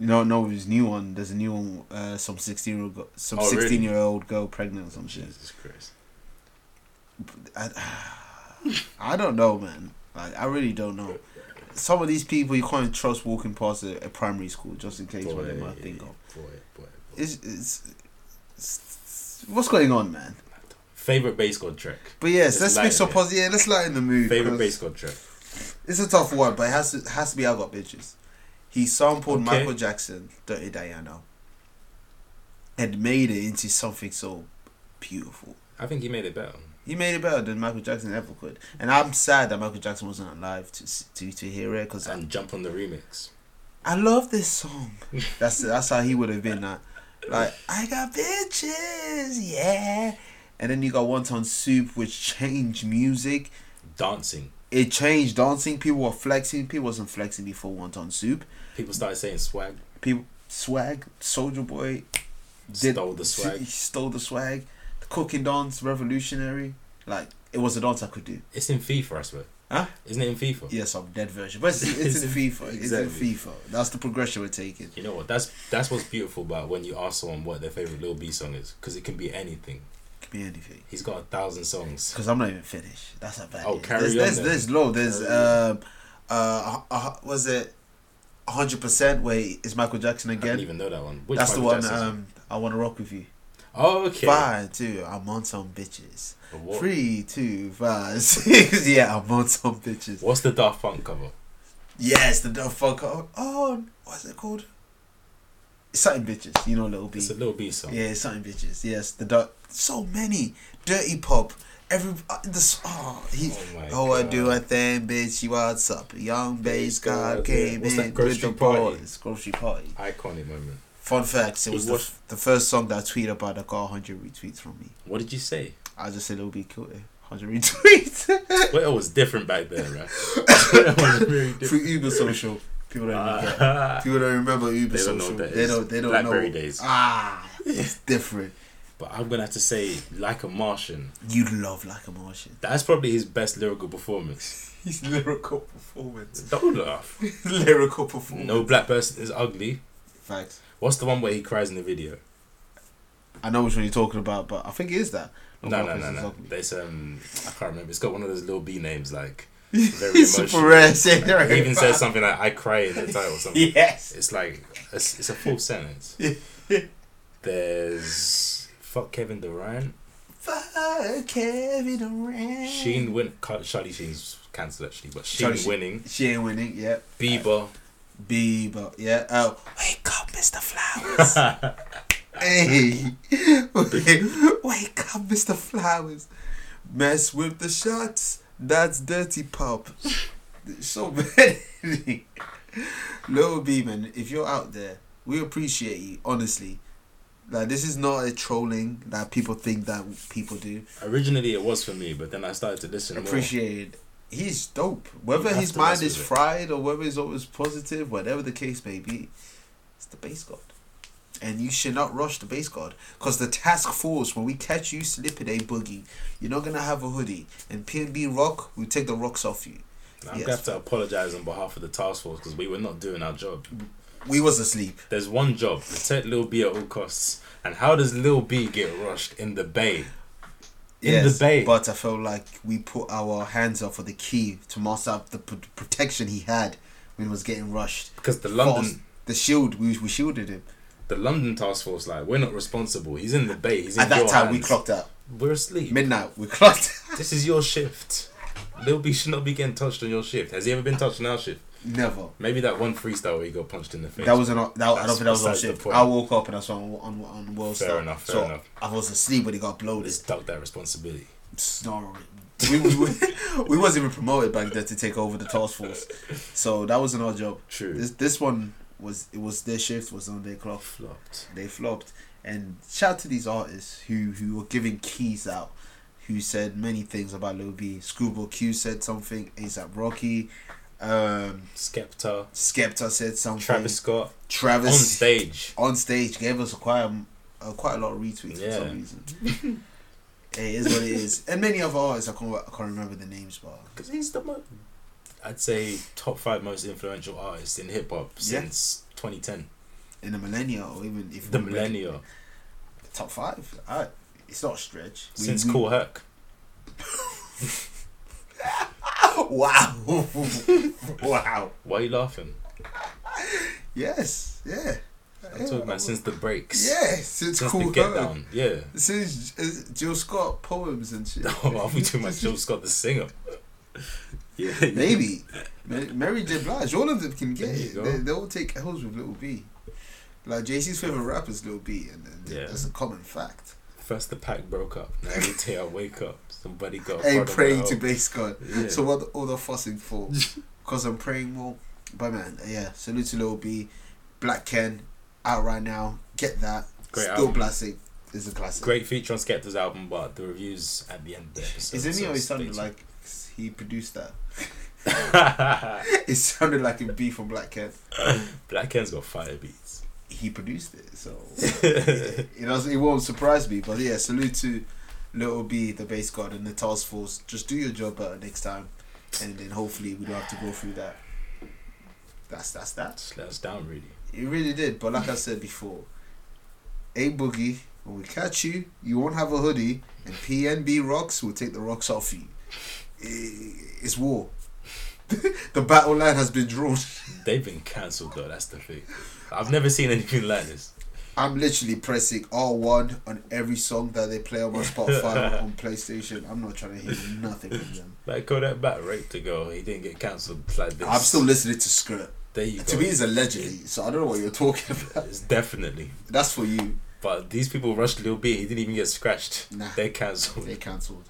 F: No, no, his new one. There's a new one. Uh, some sixteen year old, go- some
E: Oh,
F: sixteen
E: really? Oh,
F: year old girl pregnant or some shit.
E: Jesus Christ.
F: I don't know, man. Like I really don't know. Some of these people you can't trust walking past a, a primary school just in case what they
E: Boy,
F: might think of.
E: boy, boy, boy.
F: It's, it's, it's- what's going on, man?
E: Favorite base god track.
F: But yes,
E: Let's
F: let's
E: lighten
F: mix up
E: it.
F: positive. Yeah, let's lighten the mood.
E: Favorite
F: 'cause
E: base god track.
F: It's a tough one, but it has to has to be. I got bitches. He sampled
E: Okay.
F: Michael Jackson, Dirty Diana, and made it into something so beautiful.
E: I think he made it better.
F: He made it better than Michael Jackson ever could, and I'm sad that Michael Jackson wasn't alive to s- to, to hear it because
E: And jump on the remix.
F: I love this song. That's that's how he would have been like, like I got bitches, yeah. And then you got wonton soup, which changed music.
E: Dancing.
F: It changed dancing. People were flexing. People wasn't flexing before wonton soup.
E: People started saying swag.
F: People swag, Soldier Boy
E: Stole the swag.
F: He stole the swag. The cooking dance, revolutionary. Like it was a dance I could do.
E: It's in FIFA, I swear.
F: Huh?
E: Isn't it in FIFA?
F: Yes, I'm dead version, but it's, it's in FIFA. It's
E: Exactly.
F: in FIFA. That's the progression we're taking.
E: You know what? That's that's what's beautiful about when you ask someone what their favorite Lil B song is, because it can be anything.
F: Could be anything.
E: He's got a thousand songs.
F: Because I'm not even finished. That's a bad.
E: Oh,
F: it is.
E: carry
F: there's,
E: on
F: There's,
E: then.
F: there's low. There's um, uh, uh, uh, was it, hundred percent? Where it's Michael Jackson
E: I didn't
F: again?
E: even know that one. Which
F: That's the
E: Michael
F: one.
E: Jackson song?
F: Um, I want to rock with you.
E: oh, okay.
F: Five, two. I'm on some bitches.
E: But what-
F: Three, two, five, six. yeah, I'm on some bitches.
E: What's the Daft Punk cover?
F: Yes, the dumb fucker. Oh, what's it called? It's something bitches. You know, little B.
E: It's a Lil B song.
F: Yeah, it's something bitches. Yes, the dark. So many dirty pop. Every uh, this oh he
E: Oh my
F: oh, I do
E: God.
F: a thing, bitch. You what's up? Young bass
E: God,
F: god
E: yeah.
F: came
E: What's
F: in
E: that
F: with the
E: grocery party?
F: boys. Grocery party.
E: Iconic moment.
F: Fun facts. It
E: He
F: was the,
E: was-
F: f- the first song that I tweeted about that got 100 retweets from me.
E: What did you say?
F: I just said it'll be cool. eh? 100 retweets.
E: Twitter was different back then, right? Twitter was very
F: Free
E: different.
F: Uber social. People don't even care.
E: Ah.
F: People don't remember Uber
E: They don't know
F: social.
E: what that
F: they
E: is.
F: don't. They don't
E: Blackberry
F: know.
E: days.
F: Ah, it's different.
E: but I'm gonna have to say, like a Martian.
F: You love like a Martian.
E: That's probably his best lyrical performance.
F: His lyrical performance.
E: Don't laugh.
F: lyrical performance.
E: No black person is ugly.
F: Facts.
E: What's the one where he cries in the video?
F: I know which one you're talking about, but I think it is that.
E: No, no,
F: Marcus
E: no,
F: is
E: no.
F: ugly.
E: There's um, I can't remember. It's got one of those little B names like very
F: He's super
E: emotional.
F: rare. say it
E: It
F: right.
E: even says something like "I cry" in the title or something.
F: Yes.
E: It's like it's, it's a full sentence. There's fuck Kevin Durant.
F: Fuck Kevin Durant.
E: Sheen win. Car- Charlie Sheen's cancelled actually, but Sheen
F: Charlie Sheen.
E: winning.
F: She ain't winning. Yep.
E: Bieber.
F: Bieber. Yeah. Oh, wake up, Mr. Flowers. hey. wake up, Mr. Flowers. Mess with the shots. That's dirty pop. There's So many. Little B, man, if you're out there, we appreciate you, honestly. Like, this is not a trolling that people think that people do.
E: Originally it was for me, but then I started to listen more.
F: Appreciated. He's dope.
E: You
F: Whether
E: have
F: his
E: to mess
F: mind
E: with
F: is
E: it.
F: fried or whether he's always positive, whatever the case may be, it's the base god. And you should not rush the base god. Because the task force, when we catch you slipping a boogie, you're not going to have a hoodie. And PNB Rock, we take the rocks off you.
E: I'm gonna
F: Yes.
E: have to apologize on behalf of the task force because we were not doing our job.
F: We was asleep.
E: There's one job: protect Lil B at all costs. And how does Lil B get rushed in the bay? In the bay.
F: But I felt like we put our hands up for the key to master up the p- protection he had when he was getting rushed.
E: Because the London,
F: Force- the shield, we, we shielded him.
E: the London task force, like we're not responsible. He's in the bay. He's in
F: At that
E: your
F: time, we
E: hands.
F: clocked out.
E: We're asleep.
F: Midnight, we clocked out.
E: this is your shift. Lil B should not be getting touched on your shift. Has he ever been touched on our shift?
F: Never.
E: Maybe that one freestyle where he got punched in the face.
F: That was an. That, I don't think that was on
E: besides the
F: shift.
E: point.
F: I woke up and I saw on on, on World
E: Fair
F: Star.
E: enough, fair
F: so
E: enough.
F: I was asleep when it got blown.
E: Let's duck that responsibility.
F: Snarling, We, we, we, we wasn't even promoted back then to take over the task force, so that wasn't our job.
E: True.
F: This this one was it was their shift was on their clock.
E: Flopped.
F: They flopped, and shout to these artists who who were giving keys out, who said many things about Lil B. Screwball Q said something. ASAP Rocky, um,
E: Skepta,
F: Skepta said something.
E: Travis Scott on
F: Travis
E: stage.
F: on stage gave us a quite a, a quite a lot of retweets for
E: Yeah.
F: some reason. it is what it is, and many other artists I can't I can't remember the names, but
E: Because he's the most, I'd say, top five most influential artist in hip hop
F: Yeah.
E: since 2010.
F: in the millennia or even if
E: The
F: we read it,
E: millennial.
F: top five, I, it's not a stretch. We-
E: Since
F: we-
E: Cool Herc.
F: wow, wow,
E: Why are you laughing?
F: yes, yeah,
E: I'm talking about since the breaks.
F: yeah. Since,
E: Since
F: cool
E: the get
F: Herc.
E: down. Yeah.
F: Since uh, Jill Scott poems and shit.
E: Oh, I'll be doing my Jill Scott the singer. Yeah.
F: Maybe. Ma- Mary J. Blige, all of them can get
E: There you
F: it.
E: go.
F: They, they all take L's with Little B. Like, JC's favourite rapper is Little B, and, and
E: Yeah.
F: that's a common fact.
E: First the pack broke up. Now every day I wake up, somebody got a
F: I ain't
E: problem
F: praying
E: at
F: to
E: home.
F: base God.
E: Yeah.
F: So, what all the fussing for? Because I'm praying more. But, man, yeah, salute to Little B. Black Ken, out right now. Get that.
E: Great
F: Still
E: album.
F: classic. It's a classic.
E: Great feature on Skepta's album, but the reviews at the end of the episode.
F: Isn't he
E: so
F: always
E: stay
F: sounded
E: tuned.
F: like he produced that? It sounded like a B from Black Ken.
E: Black Ken's got fire beats.
F: he produced it, so it doesn't. It won't surprise me. But yeah, salute to Little B, the base guard, and the task force. Just do your job better next time, and then hopefully we don't have to go through that. That's that's that.
E: Just let us down, really.
F: It really did. But like I said before, a boogie. When we catch you, you won't have a hoodie, and PNB rocks will take the rocks off you. I- It's war. the battle line has been drawn.
E: They've been cancelled though. That's the thing. I've never seen anything like this.
F: I'm literally pressing R1 on every song that they play on my Spotify on PlayStation. I'm not trying to hear nothing from them.
E: Like Kodak Black raped a girl. He didn't get cancelled like this.
F: I'm still listening to Skirt.
E: There you
F: To
E: go.
F: me, it's allegedly, so I don't know what you're talking about.
E: It's definitely.
F: That's for you.
E: But these people rushed Lil B. He didn't even get scratched.
F: Nah.
E: They're cancelled.
F: They cancelled.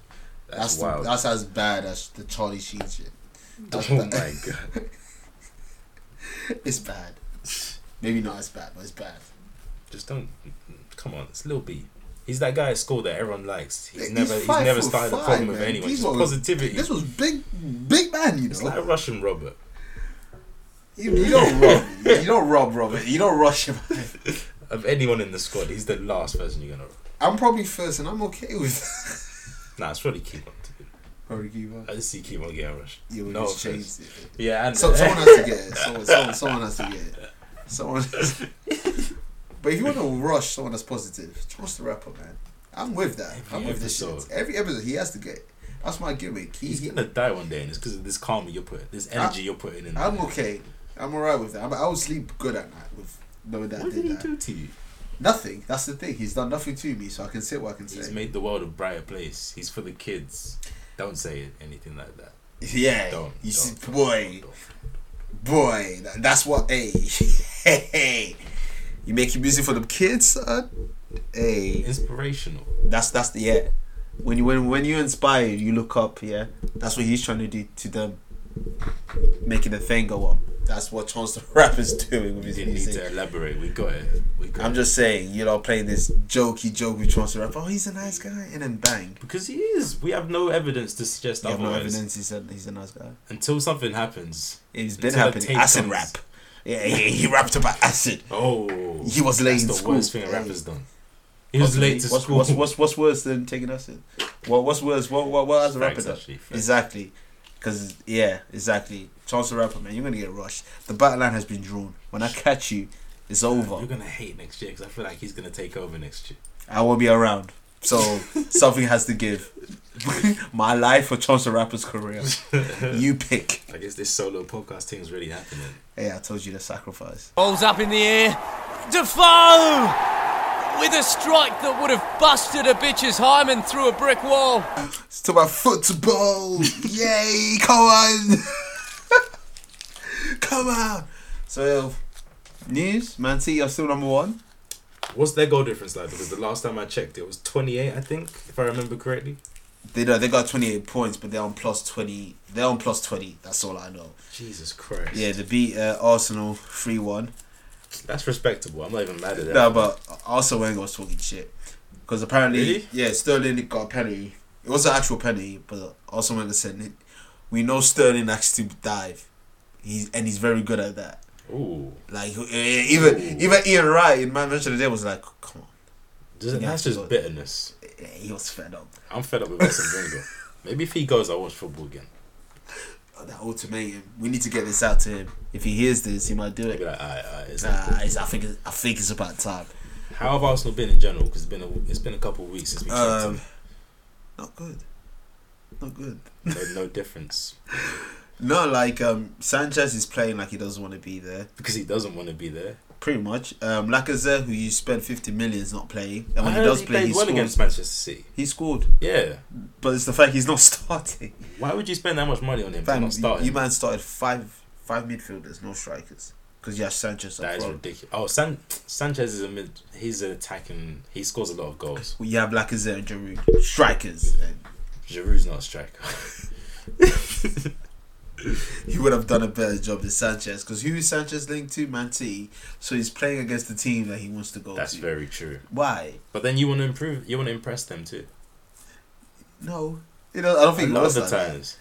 E: That's,
F: That's
E: wild.
F: The, that's as bad as the Charlie Sheen shit. That's
E: oh
F: bad.
E: my god.
F: It's bad. Maybe not as bad, but it's bad.
E: Just don't. Come on, it's Lil B. He's that guy at school that everyone likes. He's
F: He's
E: never. He's
F: five
E: never
F: foot
E: started a
F: five,
E: problem with
F: man.
E: anyone.
F: These
E: Just
F: was-
E: positivity.
F: This was big, big man. You
E: it's
F: know,
E: like Russian Robert.
F: you, you don't rob. You don't rob Robert. You don't rush him.
E: Of anyone in the squad, he's the last person you're gonna.
F: I'm probably first, and I'm okay with. that.
E: Nah, it's probably Kimon. To be.
F: Probably give up.
E: I just see Kimon getting rushed.
F: Yeah, we
E: no
F: just
E: offense.
F: changed it.
E: Yeah, and
F: So, someone has to get it. Someone, someone, someone has to get it. Someone. but if you want to rush someone that's positive, trust the rapper, man. I'm with that.
E: Every
F: I'm with this shit.
E: episode.
F: Every episode, he has to get it. That's my gimmick. He,
E: He's
F: he-
E: gonna die one day, and it's because of this karma you're putting, this energy you're putting in.
F: I'm okay. I'm alright with that. I'm, I would sleep good at night with knowing that I
E: What did
F: did
E: he
F: that.
E: do to you?
F: Nothing. That's the thing. He's done nothing to me, so I can say what I can
E: He's
F: say.
E: made the world a brighter place. He's for the kids. Don't say it, anything like that.
F: yeah.
E: Don't. don't,
F: you see,
E: don't,
F: boy,
E: don't.
F: boy. That, that's what. Hey, hey. You making music for the kids, son? Hey.
E: Inspirational.
F: That's that's the yeah. When you when when you inspire, you look up. Yeah, that's what he's trying to do to them, making the thing go up. That's what Chance the Rap is doing with
E: We
F: his
E: didn't need to
F: music.
E: elaborate. We got it. We got
F: I'm
E: it.
F: just saying, you know, playing this jokey joke with Chance the Rap. Oh, he's a nice guy, and then bang.
E: because he is. We have no evidence to suggest
F: You have no
E: otherwise.
F: evidence. He's a, he's a nice guy.
E: Until something happens.
F: It's been
E: Until the
F: happening.
E: tape
F: Acid
E: comes.
F: rap. Yeah, he, he rapped about acid.
E: Oh,
F: He was late
E: that's
F: in
E: the
F: school.
E: worst thing a rapper's done. He was late to
F: what's,
E: school.
F: What's, what's what's worse than taking acid? What what's worse? What what what has a rapper
E: Facts,
F: done?
E: actually, facts.
F: Exactly, because yeah, exactly. Chance the rapper, man, you're gonna get rushed. The battle line has been drawn. When I catch you, it's
E: You're
F: over.
E: gonna hate next year because I feel like he's gonna take over next year.
F: I won't be around. So something has to give. My life or Chance the rapper's career. You pick.
E: I guess this solo podcast thing's really happening.
F: Hey, I told you to sacrifice.
G: Balls up in the air. Defoe! With a strike that would have busted a bitch's hymen through a brick wall.
F: It's to my football. Yay! Come on, come on. So, news. Man City are still number one.
E: What's their goal difference like? Because the last time I checked, it was 28, I think, if I remember correctly.
F: They know they got twenty eight points, but they're on plus twenty. They're on plus twenty. That's all I know.
E: Jesus Christ.
F: Yeah, they beat uh, Arsenal three one.
E: That's respectable. I'm not even mad at that.
F: No, but Arsene Wenger was talking shit because apparently,
E: Really?
F: yeah, Sterling got a penalty. It was an actual penalty, but Arsene Wenger said, "We know Sterling likes to dive, he's and he's very good at that."
E: Ooh.
F: Like eh, even even Ian Wright in my mention today was like, "Come on,
E: Doesn't,
F: Yeah,
E: that's just
F: but-
E: bitterness.
F: Eh, he was fed up."
E: I'm fed up with Arsene Wenger. Maybe if he goes, I'll watch football again.
F: That ultimatum. We need to get this out to him. If he hears this, he might do
E: Maybe
F: it.
E: like, aye, aye, it's not
F: Nah,
E: cool.
F: it's, I think it's- I think it's about time.
E: How have Arsenal been in general? Because it's been a, it's been a couple of weeks since we checked
F: Um,
E: in.
F: not good. Not good.
E: No, no difference
F: No, like um, Sanchez is playing like he doesn't want to be there.
E: because he doesn't want to be there.
F: Pretty much. Um, Lacazette, who you spend fifty million, is not playing, and
E: I
F: when he
E: heard
F: does
E: he
F: play,
E: played
F: he
E: well
F: scores.
E: against Manchester City.
F: He scored,
E: Yeah.
F: but it's the fact he's not starting.
E: Why would you spend that much money on him? if he's
F: Fam,
E: not
F: you,
E: starting.
F: you man started five five midfielders, no strikers, because you have Sanchez.
E: That
F: up
E: is
F: front.
E: ridiculous. Oh, San- Sanchez is a mid. He's an attacking. He scores a lot of goals.
F: You have Lacazette and Giroud, strikers. And
E: Giroud's not a striker.
F: he would have done a better job than Sanchez, because who is Sanchez linked to? Man City. So he's playing against the team that he wants to go
E: That's
F: to.
E: very true.
F: Why?
E: But then you want to improve. You want to impress them too.
F: No, you know I don't
E: A
F: think it
E: lot of
F: was
E: the
F: like that.
E: times.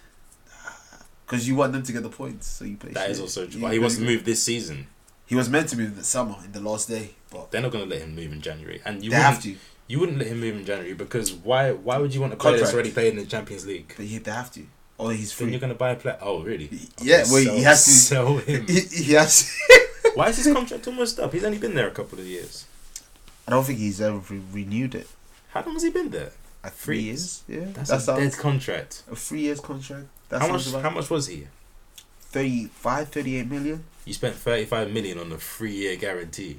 F: Because you want them to get the points, so you play.
E: That
F: shit.
E: is also true.
F: You
E: But he wants to
F: really-
E: move this season.
F: He was meant to move in the summer, in the last day, but
E: They're not going to let him move in January. And you
F: they have
E: wouldn't-
F: to.
E: You wouldn't let him move in January because why? Why would you want a player that's
F: Contract.
E: already played in the Champions League?
F: But he, they have to. Or he's
E: Then you're
F: free.
E: going to buy a player. Oh, really?
F: Yeah,
E: Okay,
F: well, he has to-
E: sell him.
F: He, he has.
E: why is his contract almost up? He's only been there a couple of years.
F: I don't think he's ever re- renewed it.
E: How long has he been there?
F: At
E: Three
F: three
E: years?
F: years, yeah.
E: That's
F: that
E: a dead
F: sounds-
E: contract.
F: a three years contract. That
E: How
F: sounds
E: much?
F: about
E: How much was he?
F: 35, 38 million.
E: You spent 35 million on a three year guarantee.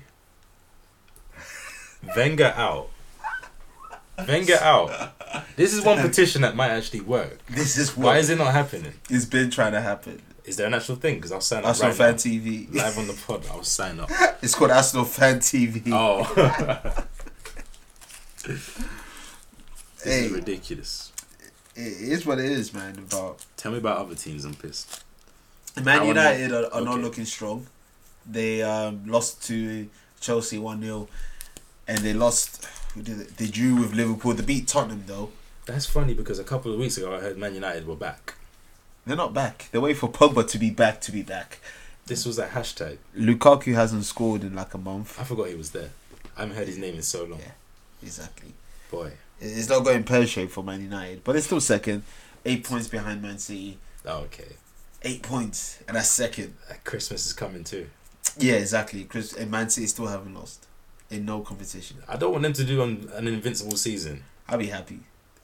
E: Venga out. Venga out. This is one petition that might actually work.
F: This is what
E: Why is it not happening?
F: has been trying to happen.
E: Is there an actual thing? Because I'll sign up.
F: Arsenal
E: right
F: Fan
E: now.
F: TV.
E: Live on the pod, I'll sign up.
F: It's called Arsenal Fan TV.
E: Oh, this
F: hey,
E: is ridiculous.
F: it is what it is, man. About
E: Tell me about other teams. I'm pissed.
F: Man
E: Now I'm
F: United are, are not
E: okay.
F: looking strong. They um, lost to Chelsea 1 0. And they lost. Who did it? They drew with Liverpool. They beat Tottenham, though.
E: That's funny because a couple of weeks ago I heard Man United were back.
F: They're not back. They're waiting for Pogba to be back to be back.
E: This was a hashtag.
F: Lukaku hasn't scored in like a month.
E: I forgot he was there. I haven't heard his name in so long.
F: Yeah. Exactly.
E: Boy,
F: It- It's not going pear shaped for Man United, but they're still second. Eight points behind Man City.
E: Oh, okay.
F: Eight points. And that's second.
E: That Christmas is coming too.
F: Yeah, exactly. Chris, and Man City still haven't lost in no competition.
E: I don't want them to do an, an invincible season.
F: I'll be happy.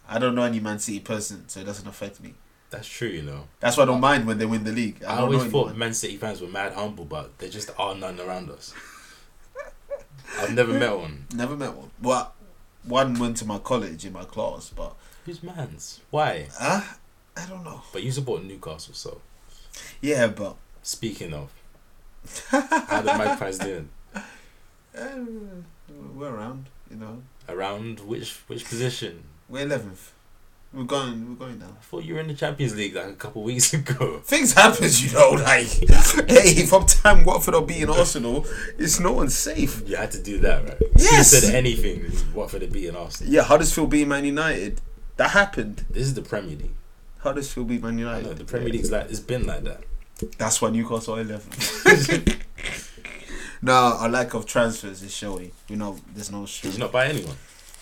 F: I don't know any Man City person, so it doesn't affect me.
E: That's true, you know.
F: That's why I don't mind when they win the league. I,
E: I,
F: don't
E: always
F: know
E: thought
F: anyone.
E: Man City fans were mad humble, but there just are none around us. I've never met one.
F: Never met one. Well, one went to my college in my class, but
E: Who's man's? Why?
F: uh, I don't know.
E: But you support Newcastle, so.
F: Yeah, but
E: Speaking of, how the Magpies doing?
F: uh, we're around. You know,
E: Around which which position?
F: we're eleventh. We're going. We're going down.
E: I thought you were in the Champions League like a couple of weeks ago.
F: Things happen, you know. Like, hey, from time Watford will be in Arsenal, it's no one safe.
E: You had to do that, right?
F: Yes!
E: You said anything. Watford had beaten Arsenal.
F: Yeah, Huddersfield beat Man United. That happened.
E: This is the Premier League.
F: Huddersfield beat Man
E: I
F: United.
E: know the Premier League's like it's been like that.
F: That's why Newcastle are 11. no, our lack of transfers is showing. You know, there's no
E: Did
F: shit.
E: you not buy anyone?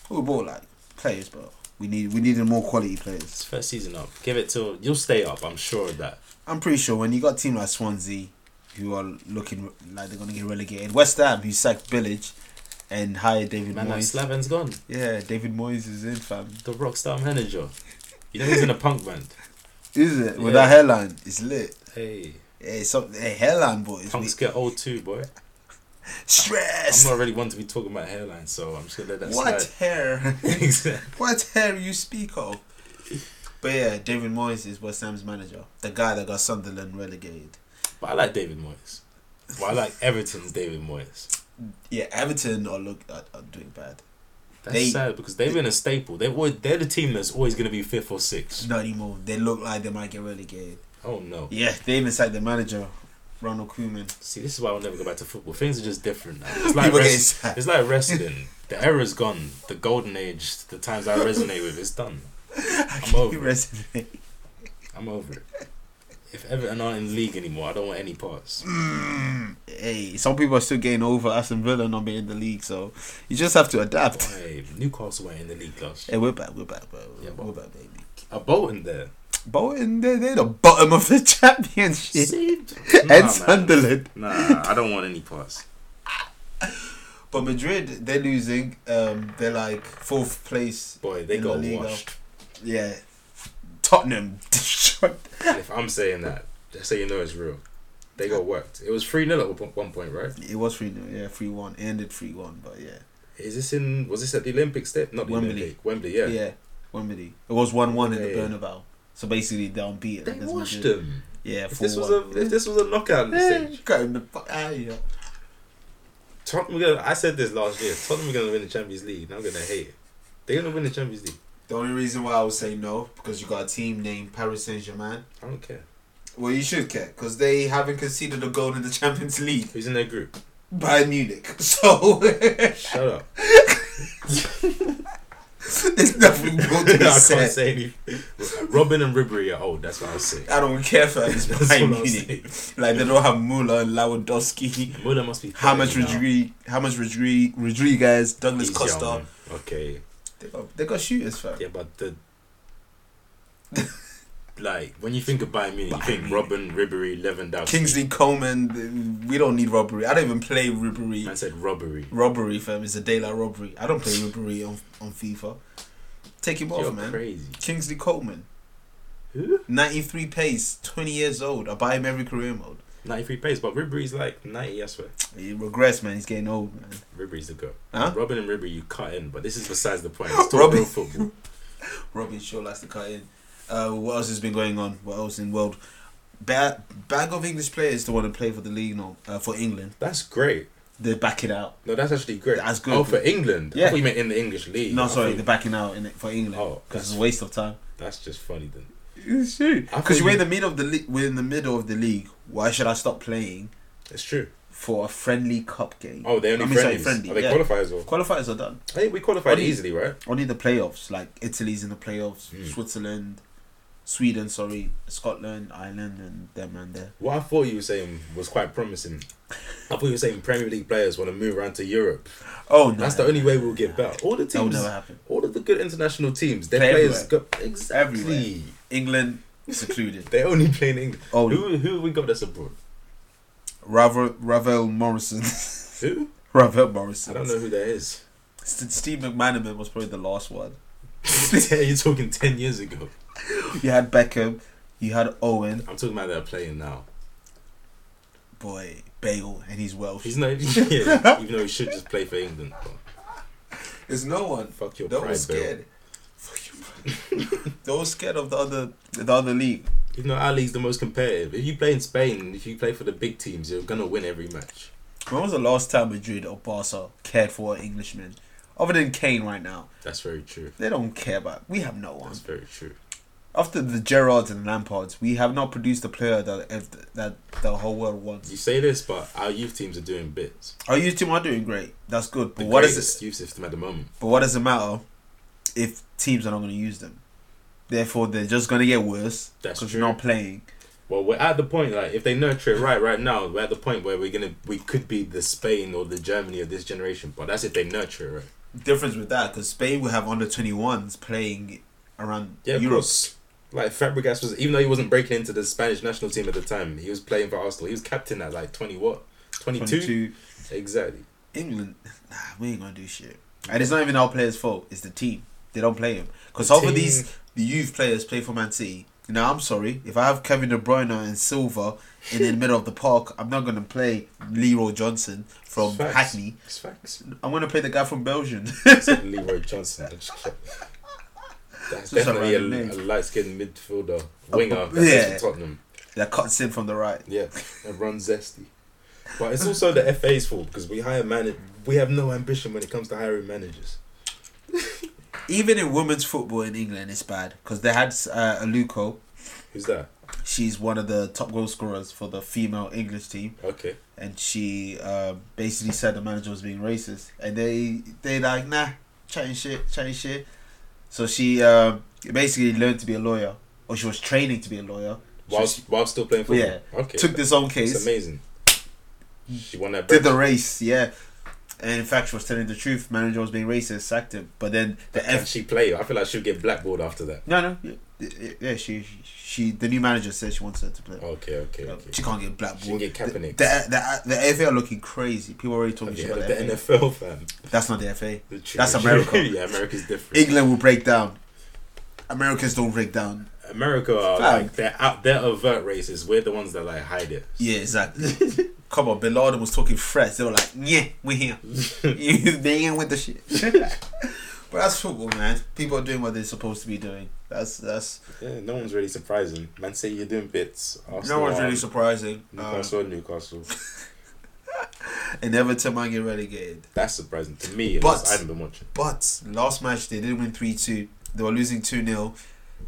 F: We bought like players, but we need we needed more quality players.
E: It's first season up. Give it till you'll stay up. I'm sure of that.
F: I'm pretty sure when you got a team like Swansea, who are looking like they're gonna get relegated, West Ham, who sacked Village and hired David
E: Man, that
F: Moyes.
E: Slaven's gone.
F: yeah, David Moyes is in fam.
E: The rockstar manager. You know he's in a punk band.
F: Is it with
E: Yeah.
F: that hairline? It's lit.
E: Hey,
F: Hey, so hey, hairline boys. We,
E: punks get old too, boy. I'm
F: stress.
E: not really one to be talking about hairline, so I'm just gonna let that
F: What
E: slide.
F: hair?
E: Exactly.
F: What hair you speak of? But yeah, David Moyes is West Ham's manager, the guy that got Sunderland relegated.
E: but I like David Moyes. Well, I like Everton's David Moyes.
F: Yeah, Everton are look are, are doing bad.
E: That's
F: They-
E: sad because they've been a staple. They've always, they're the team that's always going to be fifth or sixth.
F: Not anymore. They look like they might get relegated.
E: Oh no!
F: Yeah, they even sacked the manager, Ronald Koeman.
E: See, this is why I'll never go back to football. Things are just different now. It's like
F: People get
E: wrest-
F: sad.
E: it's like wrestling. The era's gone. The golden age. The times I resonate with. It's done. I'm
F: He
E: over. It.
F: resonated.
E: I'm over it. If Everton aren't in the league anymore, I don't want any parts.
F: Hey, some people are still getting over Aston Villa not being in the league, so you just have to adapt.
E: Hey, Newcastle were in the league last year.
F: Hey, we're back, we're back, bro.
E: Yeah, but-
F: we're back, baby.
E: A Bolton there.
F: Bolton, they're, they're the bottom of the championship.
E: See?
F: and
E: Nah, man.
F: Sunderland.
E: Nah, I don't want any parts.
F: But Madrid, they're losing. Um, they're like fourth place.
E: Boy, they
F: in La
E: got
F: Liga.
E: washed.
F: Yeah. Tottenham destroyed.
E: If I'm saying that, just so you know it's real. They got worked. It was 3 0 at one- one point, right?
F: It was 3 0, yeah, 3 1. Ended 3 1, but yeah.
E: Is this in. Was this at the Olympic step? Not the
F: Wembley.
E: Olympic. Wembley, yeah.
F: Yeah, Wembley. It was 1 1 in the
E: Yeah, yeah.
F: Bernabeu. So basically, down beat.
E: They
F: against
E: washed
F: Madrid.
E: them.
F: Yeah, 4
E: If this, was
F: 1.
E: a, if this was a knockout stage,
F: Getting the fuck out of here.
E: Tottenham gonna, I said this last year. Tottenham are going to win the Champions League. and I'm going to hate it. They're going to win the Champions League.
F: The only reason why I would say no because you got a team named Paris Saint Germain.
E: I don't care.
F: Well, you should care because they haven't conceded a goal in the Champions League.
E: Who's in their group?
F: Bayern Munich. So there's
E: Shut up.
F: nothing more
E: I
F: to be
E: can't
F: said.
E: say anything. Robin and Ribery are old. That's what I'll say.
F: I don't care for this
E: That's
F: Bayern
E: what I'll
F: Munich. Like they don't have Muller, Lewandowski,
E: Muller must be.
F: how much
E: 30 now.
F: Rodriguez, how much Rodriguez, Rodriguez, Douglas
E: He's
F: Costa.
E: young. Okay.
F: They got they got shooters, fam.
E: Yeah, but the like when you think of Bayern Munich, you
F: Bayern
E: think
F: Munich.
E: Robin, Ribery, Lewandowski.
F: Kingsley Coleman. We don't need robbery. I don't even play robbery.
E: Man said robbery.
F: robbery, fam. It's a daylight robbery. I don't play robbery on on FIFA. Take him off,
E: You're
F: man.
E: crazy.
F: Kingsley Coleman,
E: Who?
F: 93 pace, 20 years old. I buy him every career mode.
E: Ninety-three pace, but Ribery's like ninety. I swear,
F: He regrets, man. He's getting old, man.
E: Ribery's the girl.
F: Huh?
E: Robin and Ribery, you cut in, but this is besides the point. It's talking
F: Robin-
E: real football.
F: Robin Shaw likes to cut in. Uh, what else has been going on? What else in world? Ba- bag of English players to want to play for the league now, uh, for England.
E: That's great.
F: They're backing out.
E: No, that's actually great.
F: That's good.
E: Oh, for England. Yeah. I
F: Yeah.
E: thought you meant in the English league. I
F: No, sorry,
E: thought-
F: they're backing out in it for England
E: Oh,
F: because it's a waste of time.
E: That's just funny then. I thought
F: Because
E: you
F: we're in the
E: meant-
F: middle of the le- we're in the middle of the league. Why should I stop playing
E: It's true.
F: for a friendly cup game.
E: Oh, they only
F: I
E: friendly.
F: sorry, friendly.
E: Are they
F: yeah.
E: qualifiers or?
F: Qualifiers are done.
E: I think we qualified
F: Only-
E: easily, right?
F: Only the playoffs, like Italy's in the playoffs,
E: Hmm.
F: Switzerland, Sweden, sorry, Scotland, Ireland, and them and there.
E: What I thought you were saying was quite promising. I thought you were saying Premier League players want to move around to Europe.
F: Oh no,
E: That's the only way we'll get better. All the
F: That will
E: teams,
F: never happen.
E: all of the good international teams, their
F: Play
E: players
F: everywhere.
E: go exactly.
F: Everywhere. Oh. England secluded.
E: They only play in England.
F: Only.
E: Who who have we got that's abroad?
F: Ravel, Ravel Morrison,
E: Who?
F: Ravel
E: I
F: Morrison.
E: don't know who that is.
F: St- Steve McManaman was probably the last one.
E: You're talking ten years ago.
F: You had Beckham, you had Owen,
E: I'm talking about that playing now.
F: boy Bale, and he's Welsh.
E: He's not yeah, even though he should just play for England. but
F: There's no one.
E: Fuck your
F: They were
E: pride,
F: scared. Fuck your pride. they were scared of the other the other league.
E: Even though our league's the most competitive. If you play in Spain, if you play for the big teams, you're gonna win every match.
F: When was the last time Madrid or Barca cared for an Englishman? Other than Kane right now.
E: That's very true.
F: They don't care about we have no one.
E: That's very true.
F: After the Gerrards and Lampards, we have not produced a player that ev- that the whole world wants.
E: You say this, but our youth teams are doing bits.
F: Our youth team are doing great. That's good.
E: The
F: But what is
E: greatest
F: it
E: youth system at the moment?
F: but what does it matter if teams are not gonna use them? Therefore they're just gonna get worse
E: That's
F: because
E: true.
F: you're not playing.
E: Well, we're at the point like if they nurture it right right now, we're at the point where we're gonna we could be the Spain or the Germany of this generation. But that's if they nurture it right.
F: difference with that because Spain will have under 21s playing around
E: Yeah, of
F: Europe.
E: course. Like Fabregas was, even though he wasn't breaking into the Spanish national team at the time, he was playing for Arsenal. He was captain at like twenty what, twenty
F: 22.
E: two, exactly.
F: England, nah, we ain't gonna do shit. And it's not even our players' fault. It's the team. They don't play him because half of
E: team-
F: these the youth players play for Man City. Now I'm sorry if I have Kevin De Bruyne and Silva in the middle of the park, I'm not gonna play Leroy Johnson from
E: It's facts.
F: Hackney.
E: It's facts.
F: I'm gonna play the guy from Belgium.
E: Said Leroy Johnson. I'm just kidding. That's
F: Just a
E: definitely
F: random
E: a,
F: name.
E: light skinned midfielder, winger. That's
F: yeah.
E: yeah. Tottenham.
F: that cuts in from the right.
E: Yeah, and run zesty. But it's also the FA's fault because we hire man. We have no ambition when it comes to hiring managers.
F: Even in women's football in England, it's bad because they had uh, Aluko.
E: Who's that?
F: She's one of the top goal scorers for the female English team,
E: Okay.
F: and she uh, basically said the manager was being racist, and they they like nah, chatting shit, chatting shit. So she uh, basically learned to be a lawyer, or she was training to be a lawyer. So
E: While,
F: she-
E: while still playing football.
F: yeah,
E: Okay.
F: took this own case.
E: It's amazing. She won that.
F: did
E: badge.
F: the race, yeah. And in fact, she was telling the truth. Manager was being racist, sacked him. But then the
E: Can
F: F.
E: she play? I feel like she'll get blackballed after that.
F: no, no, yeah, yeah, yeah. She, she, the new manager said she wants her to play.
E: Okay, okay, okay.
F: She can't get blackballed.
E: She can get
F: the, the,
E: Kaepernick.
F: the, the FA are looking crazy. People are already talking
E: Yeah,
F: shit about
E: the
F: the, FA.
E: NFL fan.
F: That's not the FA.
E: The tr-
F: That's America.
E: yeah, America's different.
F: England will break down. Americans don't break down.
E: America are
F: Fam.
E: like they're out. They're overt racists. We're the ones that like hide it.
F: Yeah, exactly. Come on, Bin Laden was talking threats. They were like, yeah, we're here. they ain't with the shit. but that's football, man. People are doing what they're supposed to be doing. That's that's.
E: Yeah, no one's really surprising. Man, say you're doing bits.
F: No
E: Arsenal
F: one's
E: are-
F: really surprising. Um,
E: Newcastle, Newcastle.
F: and Everton might get relegated.
E: That's surprising to me.
F: But-
E: unless I haven't been watching.
F: But last match they did win three two. They were losing two 0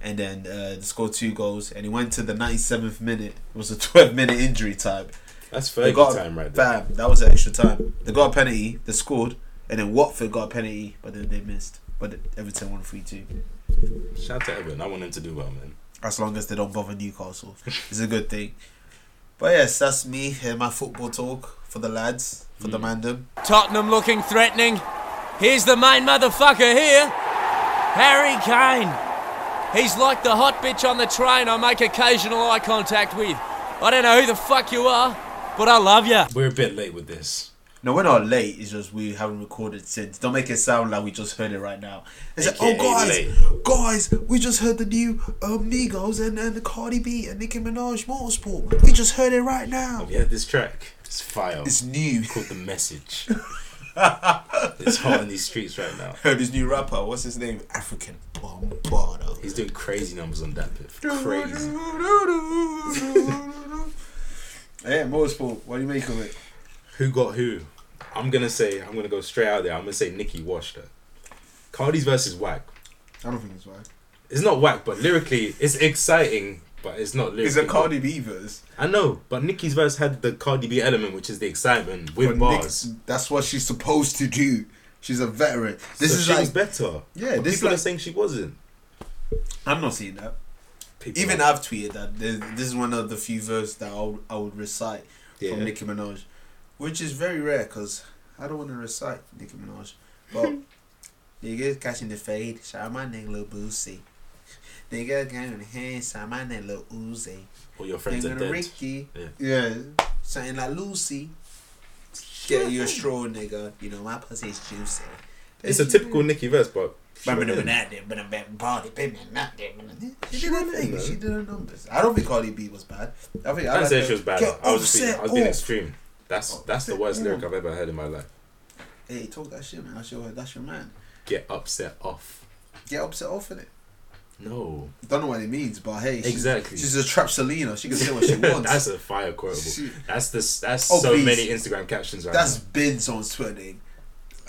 F: and then uh, they scored two goals. And it went to the ninety seventh minute. It was a twelve minute injury time.
E: That's
F: They
E: Fergie
F: got
E: time right there.
F: Bam! That was an extra time. They got a penalty. They scored, and then Watford got a penalty, but then they missed. But Everton won three two.
E: Shout out to Everton. I want them to do well, man.
F: As long as they don't bother Newcastle, it's a good thing. But yes, that's me and my football talk for the lads, for the
E: Mm.
F: mandem.
G: Tottenham looking threatening. Here's the main motherfucker here Harry Kane. He's like the hot bitch on the train I make occasional eye contact with. I don't know who the fuck you are, but I love you.
E: We're a bit late with this.
F: No, we're not late. It's just we haven't recorded since. Don't make it sound like we just heard it right now. It's like, oh
E: AKA
F: guys,
E: late.
F: guys, we just heard the new uh, Migos and and Cardi B and Nicki Minaj Motorsport. We just heard it right now.
E: Yeah, this track. It's fire.
F: It's new.
E: called The Message. it's hot in these streets right now.
F: Heard his new rapper. What's his name? African Bombardo.
E: He's doing crazy numbers on that bit. Crazy.
F: yeah, Motorsport. What do you make of it?
E: Who got who? I'm gonna say I'm gonna go straight out there. I'm gonna say Nicki washed her. Cardi's verse is whack.
F: I don't think it's right.
E: It's not whack, but lyrically, it's exciting, but it's not lyrically.
F: It's a Cardi B verse.
E: I know, but Nicki's verse had the Cardi B element, which is the excitement with
F: But
E: bars.
F: Nick- that's what she's supposed to do. She's a veteran. This
E: so
F: is
E: she was
F: like
E: better.
F: Yeah,
E: but
F: this
E: people
F: like-
E: are saying she wasn't.
F: I'm not seeing that.
E: People
F: Even
E: are-
F: I've tweeted that this, this is one of the few verses that I'll, I would recite
E: Yeah.
F: from Nicki Minaj, which is very rare because I don't want to recite Nicki Minaj. But nigga catching the fade, shout out my nigga Lil Boosie. Nigga getting the hand, shout out my nigga Lil Uzi.
E: all your friends are
F: Nigga
E: dead.
F: Ricky,
E: Yeah.
F: yeah, something like Lucy. Get you a straw, nigga. You know my pussy is juicy.
E: It's a typical Nicki verse, but she
F: But I'm
E: went
F: doing
E: in.
F: that, but I'm back body, baby, not there, but I'm- She did her
E: went in,
F: thing.
E: man.
F: She did her numbers. I don't think Cardi B was bad. I think
E: I
F: I
E: didn't
F: like
E: say
F: the-
E: she was bad.
F: Get
E: I was just being,
F: offset
E: I was being
F: off.
E: extreme. That's that's the worst
F: Offset
E: lyric
F: off.
E: I've ever heard in my life.
F: Hey, talk that shit, man. That's your that's your man.
E: Get upset off.
F: Get upset off in it.
E: No,
F: Don't know what it means, but hey, she's,
E: Exactly.
F: She's a trap Selena. She can say what Oh, she wants.
E: that's a fire quotable.
F: She-
E: That's this. That's
F: Oh,
E: so
F: please.
E: many Instagram captions right
F: that's
E: now.
F: Bin's on Twitter. name.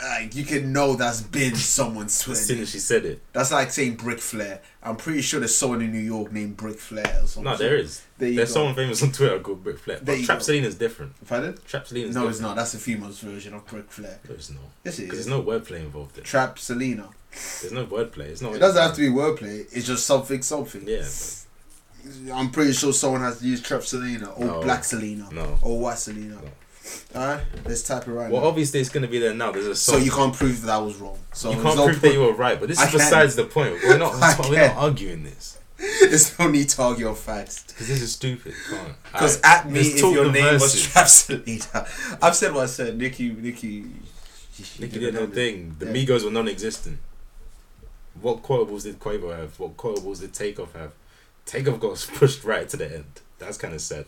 F: Like you can know that's been someone's
E: As
F: Twitter.
E: soon
F: name.
E: as she said it,
F: That's like saying Brick Flair. I'm pretty sure there's someone in New York named Brick Flair or something.
E: no, there is.
F: There you
E: There's
F: go.
E: someone famous on Twitter called Brick Flair.
F: There
E: But
F: you
E: Trap
F: go.
E: Selena's different.
F: Pardon?
E: Trap Selena's
F: No,
E: different.
F: it's not. That's the female's version of Brick Flair.
E: There's no.
F: Yes, it
E: Because
F: is.
E: there's no wordplay involved. In. it.
F: Trap Selena.
E: There's no wordplay. It's not.
F: It doesn't have to be wordplay. It's just something, something.
E: Yeah.
F: I'm pretty sure someone has used Trap Selena or
E: No.
F: Black Selena
E: No.
F: or White Selena. All right, let's type it right
E: Well,
F: now.
E: obviously it's gonna be there now. There's a
F: So
E: song.
F: you can't prove that I was wrong. So
E: You
F: there's
E: can't
F: no
E: prove
F: point-
E: that you were right, but this
F: I
E: is
F: can.
E: besides the point. We're not.
F: I
E: we're not
F: can.
E: arguing this.
F: There's no need to argue on facts.
E: Because this is stupid.
F: Because at me if your name was Trap Selena. I've said what I said. Nikki, Nikki.
E: Nicky did no thing. The
F: Yeah.
E: Migos were non-existent. What quotables did Quavo have? What quotables did Takeoff have? Takeoff got pushed right to the end. That's kind of sad.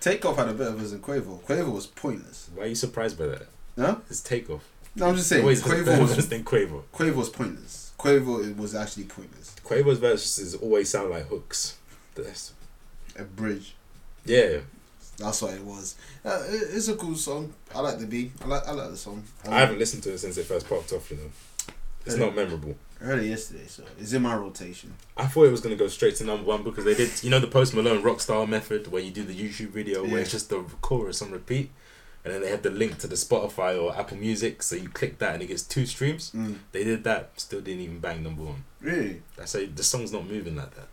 F: Takeoff had a bit of us in Quavo. Quavo was pointless.
E: Why are you surprised by that?
F: No,
E: It's Takeoff.
F: no, I'm just saying.
E: Always
F: Quavo was
E: than Quavo.
F: Quavo was pointless. Quavo was actually pointless.
E: Quavo's verses always sound like hooks. That's,
F: A bridge.
E: yeah,
F: That's what it was. Uh, it- it's a cool song. I like the beat. I like I like the song. Um,
E: I haven't listened to it since it first popped off. You know, It's not memorable.
F: I heard it yesterday, so it's in my rotation.
E: I thought it was gonna go straight to number one because they did, you know, the Post Malone Rockstar method where you do the YouTube video where it's just the chorus on repeat, and then they had the link to the Spotify or Apple Music, so you click that and it gets two streams.
F: Mm.
E: They did that, still didn't even bang number one.
F: Really?
E: I say the song's not moving like that.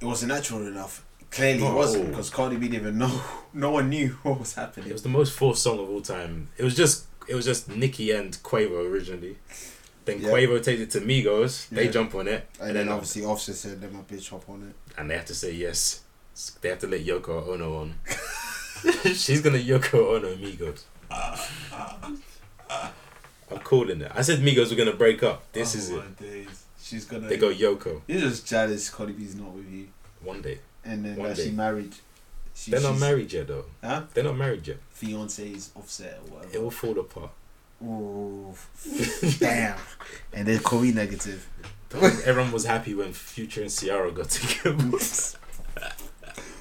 F: It wasn't natural enough. Clearly, it
E: No.
F: wasn't because Cardi B didn't even know. No one knew what was
E: It
F: happening.
E: was the most forced song of all time. It was just it was just Nicki and Quavo originally. Then
F: Yeah.
E: Quavo takes it to Migos. They
F: Yeah.
E: jump on it,
F: And then obviously Offset said, "Let my bitch hop on it."
E: and they have to say yes. They have to let Yoko Ono on. She's gonna Yoko Ono Migos. I'm calling it. I said Migos were gonna break up. This is it.
F: Oh Days. She's gonna.
E: They go Yoko
F: You're just jealous Cardi B's not with you,
E: one day.
F: and then
E: One
F: that
E: day.
F: she married. She,
E: They're not
F: she's-
E: married yet though.
F: Huh?
E: They're not married yet.
F: Fiance's Offset or
E: It
F: whatever.
E: will fall apart.
F: Ooh, damn. And then Corey negative.
E: Everyone was happy when Future and Ciara got together.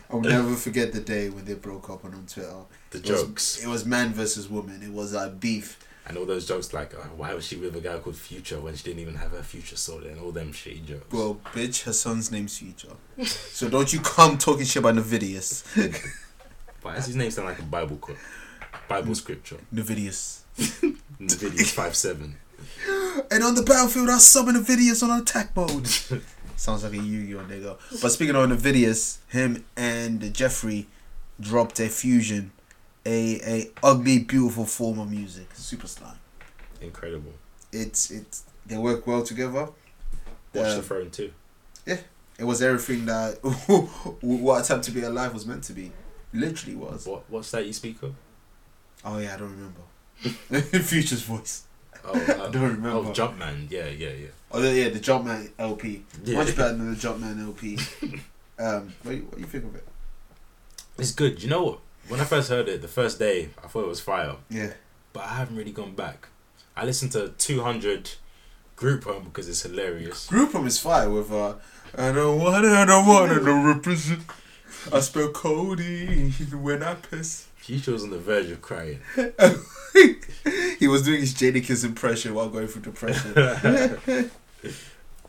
F: I'll never forget the day when they broke up and on Twitter.
E: the
F: It was-
E: jokes.
F: It was man versus woman. It was like beef.
E: And all those jokes like, oh, why was she with a guy called Future when she didn't even have her future sorted and all them shitty jokes.
F: Bro, bitch, her son's name's Future. So don't you come talking shit about Nvidius.
E: Why does his name sound like a Bible quote?
F: Hmm.
E: Bible scripture.
F: Nvidius.
E: In the video is 5 7.
F: And on the battlefield, I summon Nvidius on attack mode. Sounds like a Yu Gi Oh nigga. But speaking of Nvidius, him and Jeffrey dropped a fusion, a a ugly, beautiful form of music. Super slime.
E: Incredible.
F: It's it's they work well together.
E: Watch
F: Um,
E: the throne too.
F: It was everything that what attempt to be alive was meant to be. Literally was.
E: What what's that you speak of?
F: Oh yeah, I don't remember. Future's voice.
E: Oh, uh,
F: I don't remember.
E: Oh, Jumpman. Yeah, yeah, yeah.
F: Oh yeah, the Jumpman LP.
E: Yeah.
F: Much better than the Jumpman LP. um, what, do you- what do you think of it?
E: It's good. You know what? When I first heard it, the first day, I thought it was fire.
F: Yeah.
E: But I haven't really gone back. I listened to 200 Group Home because it's hilarious.
F: Group him is fire with uh, I don't want it, I don't want it, no represent. I spell Cody when I piss.
E: Future was on the verge of crying.
F: he was doing his Jadakiss impression while going through depression.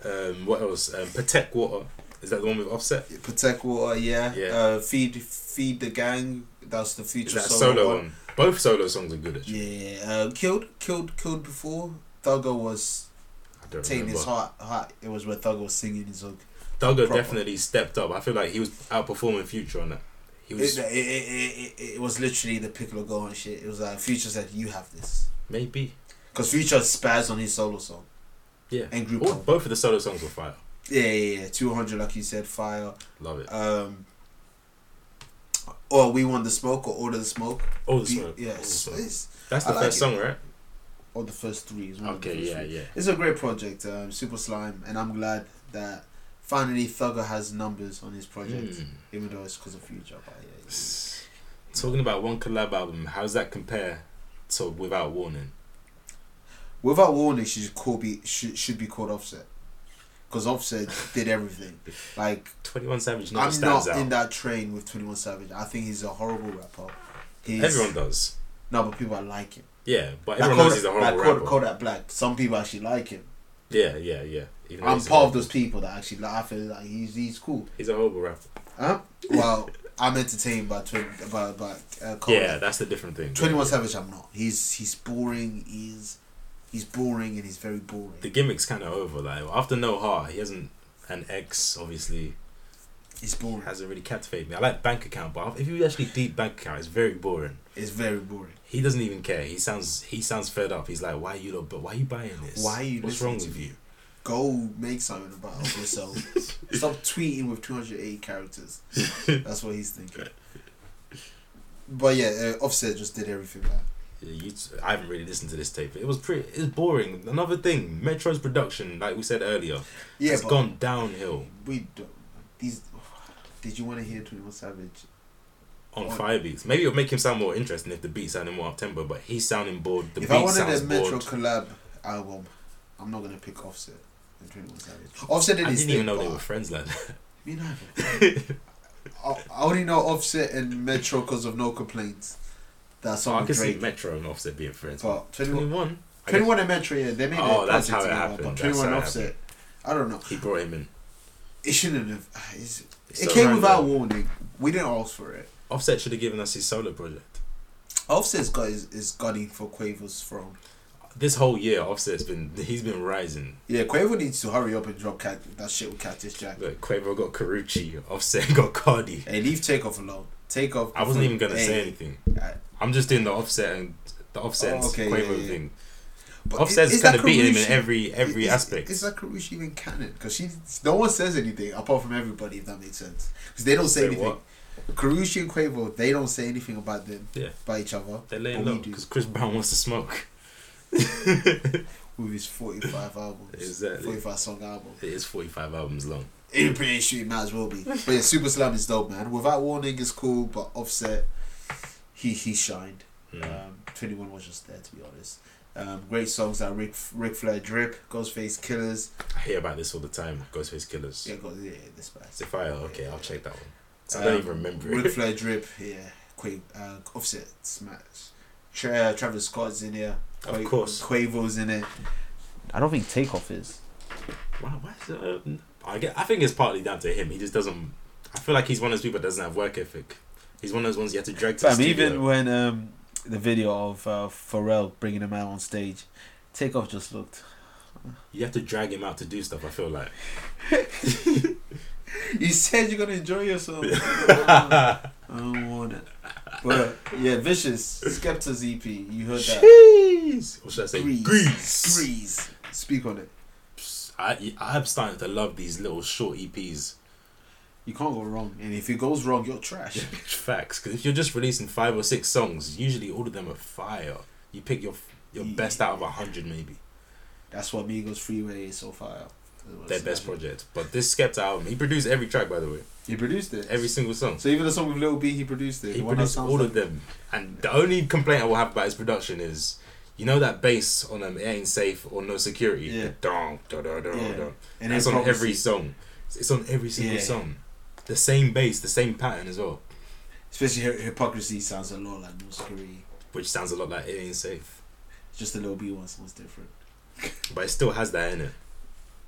E: Um, what else? Um, Protect Water. Is that the one with Offset?
F: Protect water, yeah.
E: Yeah.
F: Uh, feed, feed the gang. That's the future
E: that solo one. Both solo songs are good. Actually.
F: Yeah, uh, killed, killed, killed before. Thugger was
E: I don't
F: taking
E: remember.
F: his heart, heart. It was where Thugger was singing his hook.
E: Thugger
F: proper.
E: definitely stepped up. I feel like he was outperforming Future on that. He
F: It,
E: was
F: it, it, it, it was literally the Piccolo go and shit. It was like Future said, "You have this,"
E: maybe
F: because Future spazzed on his solo song.
E: yeah.
F: And Group
E: All-
F: Home.
E: both of the solo songs were fire.
F: Yeah, yeah, yeah. Two hundred, like you said, fire.
E: Love it.
F: Um, or we want the smoke, or order the smoke.
E: All the
F: Be-
E: smoke.
F: Yeah,
E: All the
F: it's-
E: smoke.
F: it's-
E: That's
F: I
E: the
F: like
E: first
F: it.
E: song, right?
F: or the first three. It's one of the
E: Mm. Okay,
F: first
E: yeah,
F: three.
E: yeah.
F: It's a great project, um, Super Slime, and I'm glad that finally Thugger has numbers on his project,
E: Mm.
F: even though it's because of Future. But yeah, yeah.
E: Talking about one collab album, how does that compare to Without Warning?
F: Without warning, she should call be should, should be called Offset, because Offset did everything. Like
E: Twenty One Savage never
F: I'm
E: stands
F: not
E: out.
F: in that train with Twenty One Savage. I think he's a horrible rapper. He's,
E: Everyone does.
F: no, but people are like him.
E: Yeah, but
F: Like
E: everyone
F: Kodak,
E: knows he's a horrible
F: like
E: rapper.
F: Kodak, Kodak Black. Some people actually like him.
E: Yeah, yeah, yeah. Even though
F: I'm
E: he's a
F: part of
E: horrible-
F: those people that actually like. I feel like he's he's cool.
E: He's a horrible rapper.
F: Huh? Well, I'm entertained by Twin by by uh, Kodak.
E: Yeah, that's the different thing.
F: Twenty One
E: Yeah.
F: Savage. I'm not. He's he's boring. He's he's boring and he's very boring.
E: the gimmick's kind of over. Like after No Heart, he hasn't an X obviously
F: He's boring.
E: hasn't really captivated me. I like Bank Account, but if you actually deep Bank Account, it's very boring.
F: It's very boring.
E: He doesn't even care. He sounds he sounds fed up. He's like, why you lot, but why you buying this?
F: Why you
E: What's
F: listening
E: wrong
F: to
E: with
F: me?"
E: you?
F: Go make something about yourself. Stop tweeting with 208 characters. That's what he's thinking. But yeah, uh, Offset just did everything, man.
E: Yeah, you t- I haven't really listened to this tape. It was pretty. It's boring. Another thing, Metro's production, like we said earlier,
F: Yeah,
E: has
F: but-
E: gone downhill
F: We don't, these. Did you want to hear 21 Savage?
E: on fire beats. Maybe it'll make him sound more interesting if the beat sounded more up tempo, but he's sounding bored. The
F: if
E: beat
F: I wanted
E: sounds
F: a Metro
E: bored.
F: collab album, I'm not gonna pick Offset and 21 Savage. Offset did
E: I
F: his
E: didn't
F: thing,
E: even know they
F: but-
E: were friends like that.
F: Me neither. I, I only know Offset and Metro because of No Complaints. That's
E: I
F: on
E: can see
F: Drake. Oh,
E: Metro and Offset being friends.
F: But 21
E: 21. I
F: Twenty One and Metria, they made
E: Oh,
F: a
E: that's how it
F: project together,
E: happened.
F: but
E: That's
F: Twenty One
E: how it
F: Offset. I don't know.
E: He brought him in.
F: It shouldn't have. uh, it's-
E: It's
F: it
E: so
F: came
E: random.
F: without warning. We didn't ask for it.
E: Offset should have given us his solo project.
F: Offset's got is, is gunning for Quavo's throne.
E: This whole year, Offset's been he's been rising.
F: Yeah, Quavo needs to hurry up and drop cat, that shit with Cactus Jack.
E: Look, Quavo got Carucci. Offset got Cardi.
F: Hey, leave Takeoff alone. Takeoff.
E: I wasn't even gonna
F: Hey,
E: say anything.
F: I-
E: I'm just doing the Offset and the Offset and
F: Oh, okay,
E: Quavo
F: yeah, yeah.
E: thing.
F: but
E: Offset's
F: is- is
E: kind of
F: that
E: beating him
F: Karushi-
E: in every every
F: is-
E: aspect.
F: Is that Karushi even canon? Because she, no one says anything apart from everybody. If that makes sense, because they don't say
E: Say
F: anything.
E: what?
F: Karushi and Quavo, they don't say anything about them,
E: Yeah.
F: by each other.
E: They're laying
F: but
E: low
F: we do
E: because Chris Brown wants to smoke.
F: with his forty-five albums,
E: Exactly.
F: forty-five song album.
E: It is 45 albums long.
F: In pretty sure it might as well be. But yeah, Super Slam is dope, man. Without Warning is cool, but Offset, he he shined.
E: Hmm.
F: Um, Twenty One was just there, to be honest. Um, great songs that Rick Ric Flair drip, Ghostface Killers.
E: I hear about this all the time. Ghostface Killers.
F: Yeah, go, yeah, this bad.
E: It's a fire. Okay, I'll check that one. So I don't
F: Um,
E: even remember
F: Ric
E: it.
F: Flair drip, yeah. Quavo, uh, Offset smacks. Tra- uh, Travis Scott's in here.
E: Of course.
F: Quavo's in it. I don't think Takeoff is.
E: Why, why is it, um, I get. I think it's partly down to him. He just doesn't. I feel like he's one of those people that doesn't have work ethic. He's one of those ones you have to drag to the
F: Fam,
E: studio.
F: even when um, the video of uh, Pharrell bringing him out on stage, Takeoff just looked.
E: you have to drag him out to do stuff. I feel like
F: You said you're gonna enjoy yourself. I don't want it. But yeah, vicious Skepta's EP. You heard that?
E: Jeez. What should I say?
F: Grease,
E: Grease.
F: Grease. Speak on it.
E: I I'm starting to love these little short E EPs.
F: You can't go wrong, and if it goes wrong, you're trash.
E: Facts. Because if you're just releasing five or six songs, usually all of them are fire. You pick your your
F: Yeah.
E: best out of a hundred maybe.
F: That's what Migos Freeway is so far.
E: Their best project. But this Skepta album, he produced every track by the way,
F: He produced it.
E: every single song.
F: so even the song with Lil B, he produced it.
E: He
F: The one that
E: produced
F: sounds
E: all
F: like-
E: of them. And the only complaint I will have about his production is, you know that bass on um, It Ain't Safe or No Security?
F: Yeah.
E: Dong, da, da, da,
F: Yeah.
E: da.
F: And
E: And that's
F: then
E: on
F: Prophecy.
E: every song. It's on every single
F: Yeah.
E: song. The same bass, the same pattern as well,
F: Especially Hy- hypocrisy sounds a lot like North Korea.
E: which sounds a lot like It Ain't Safe.
F: Just the Lil B one sounds different.
E: But it still has that in it.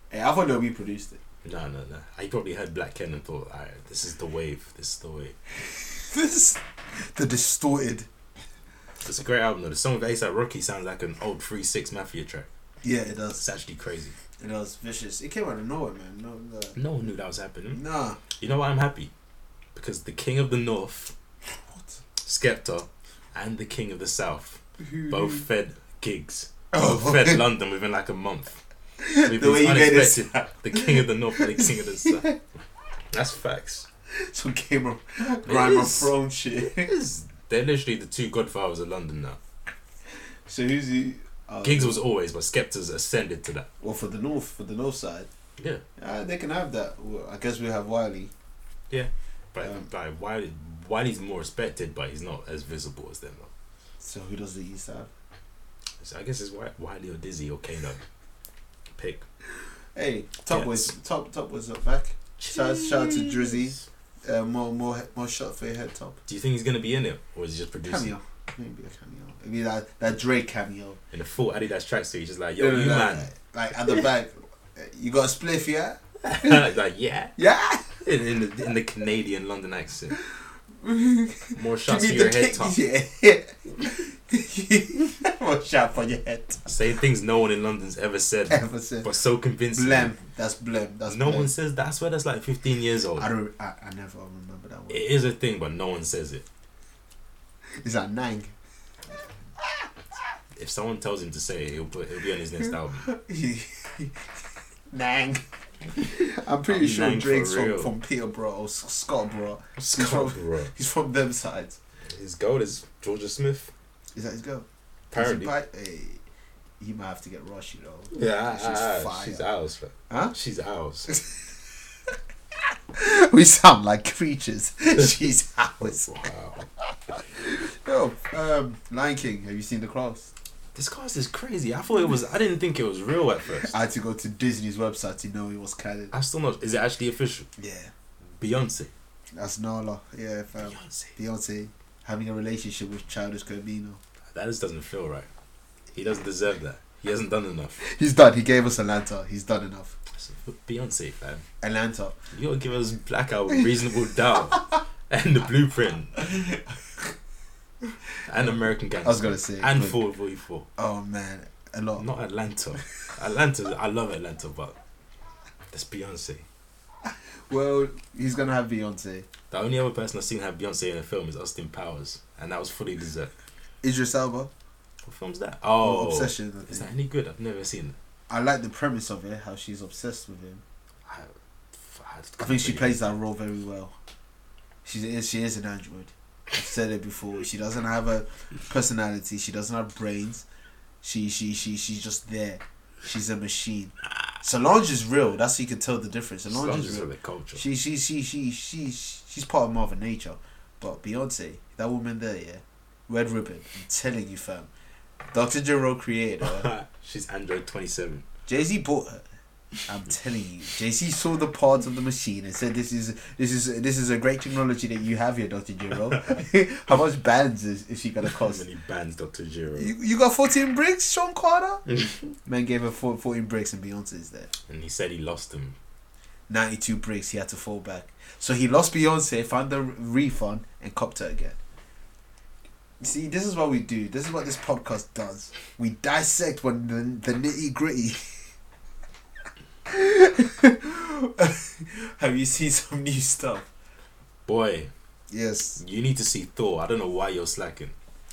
F: Hey, I thought Lil B produced it.
E: No, no, no. I probably heard Black Ken and thought, alright, this is the wave. This is the wave.
F: This, the distorted.
E: It's a great album though. The song with ASAP Rocky sounds like an old 3 6 Mafia track.
F: Yeah, it
E: It's
F: does.
E: actually crazy.
F: It does. Vicious. It came out of nowhere, man. No, no.
E: No one knew that was happening.
F: Nah.
E: You know why I'm happy? Because the King of the North, Skepta, and the King of the South both fed gigs. Both fed London within like a month. With
F: The way
E: these
F: you made it
E: unexpected- The King of the North and the King of the South. That's facts.
F: Some Game of Grime of
E: is.
F: Throne shit.
E: They're literally the two godfathers of London now.
F: so who's he? Uh,
E: Gigs was always, but Skepta's ascended to that.
F: Well, for the north, for the north side,
E: Yeah.
F: uh, they can have that. Well, I guess we have Wiley.
E: But,
F: Um,
E: but Wiley, Wiley's more respected, but he's not as visible as them. Though.
F: So who does the east side?
E: So I guess it's Wi- Wiley or Dizzy or Kano. Pick.
F: Hey, top
E: Yes.
F: boys, top top boys up back. Shout, shout out to Drizzy. Uh, more more he- more shot for your head top.
E: Do you think he's gonna be in it, or is he just producing
F: Cameo, maybe a cameo. Maybe that that Drake cameo.
E: in a full Adidas tracksuit? He's just like, yo,
F: No, no,
E: you
F: no,
E: man,
F: Like at the back, uh, you got a spliff, yeah,
E: like yeah,
F: yeah.
E: in, in the in the Canadian London accent. More shots
F: Give
E: to
F: me
E: your
F: the
E: head,
F: kick,
E: Tom.
F: Yeah. more shot for your head. top.
E: Say things no one in London's ever said,
F: Ever said.
E: but so convincing.
F: Blem, that's blem. That's
E: No
F: blem.
E: one says that. I swear that's like 15 years old.
F: I don't. I, I never remember that one.
E: It is a thing, but no one says it.
F: Is that Nang?
E: If someone tells him to say it, he'll put he'll be on his
F: Hmm.
E: next album.
F: Nang. I'm pretty
E: I'm
F: sure
E: Nang for
F: Drake's from,
E: real.
F: from Peterborough or S- Scarborough. He's from,
E: Scarborough.
F: he's from them sides.
E: His goal is Georgia Smith.
F: Is that his girl?
E: Apparently.
F: Is he bi- hey, he might have to get rushed, you know.
E: Yeah, ah,
F: She's fire.
E: she's ours. fam.
F: Huh?
E: She's ours.
F: We sound like creatures. She's ours.
E: wow.
F: Yo, um, Lion King, have you seen The Cross?
E: This cast is crazy. I thought it was. I didn't think it was real at first.
F: I had to go to Disney's website to know it was canon.
E: I still not. Is it actually official?
F: Yeah.
E: Beyonce.
F: That's Nala. Yeah, fam.
E: Beyonce.
F: Beyonce having a relationship with Childish Gambino.
E: That just doesn't feel right. He doesn't deserve that. He hasn't done enough.
F: He's done. He gave us Atlanta. He's done enough.
E: So, Beyonce, man.
F: Atlanta.
E: You gotta give us Blackout reasonable doubt and the blueprint. and American Gangster.
F: I was gonna say,
E: And
F: look.
E: Ford 44.
F: Oh man, a lot.
E: Not Atlanta. Atlanta, I love Atlanta, but that's Beyonce.
F: Well, he's gonna have Beyonce.
E: The only other person I've seen have Beyonce in a film is Austin Powers, and that was fully deserved.
F: Idris Elba.
E: What film's that? Oh,
F: Obsession. I,
E: Is that
F: think.
E: any good? I've never seen it.
F: I like the premise of it. How she's obsessed with him.
E: I, I,
F: I think she plays that role very well. She is she is an android. I've said it before. She doesn't have a personality. She doesn't have brains. She she she she's just there. She's a machine. Solange is real. That's how you can tell the difference. Solange,
E: Solange
F: is
E: is
F: real.
E: from the culture.
F: She she she she she she's part of Mother Nature. But Beyonce, that woman there, yeah, red ribbon. I'm telling you, fam. Dr. Jerome created her.
E: She's Android 27.
F: Jay Z bought her. I'm telling you, Jay Z saw the parts of the machine and said, "This is this is this is a great technology that you have here, Doctor Jiro. How much bands is, is she gonna
E: How
F: cost?
E: many bands, Dr. Jiro?
F: Oh, You, you got 14 bricks, Sean Carter. Man gave her four- 14 bricks, and Beyonce's there.
E: And he said he lost him.
F: 92 bricks. He had to fall back, so he lost Beyonce, found the refund, and copped her again. You See, this is what we do. This is what this podcast does. We dissect when the, the nitty gritty. Have you seen some new stuff?
E: Boy,
F: Yes,
E: you need to see Thor. I don't know why you're slacking.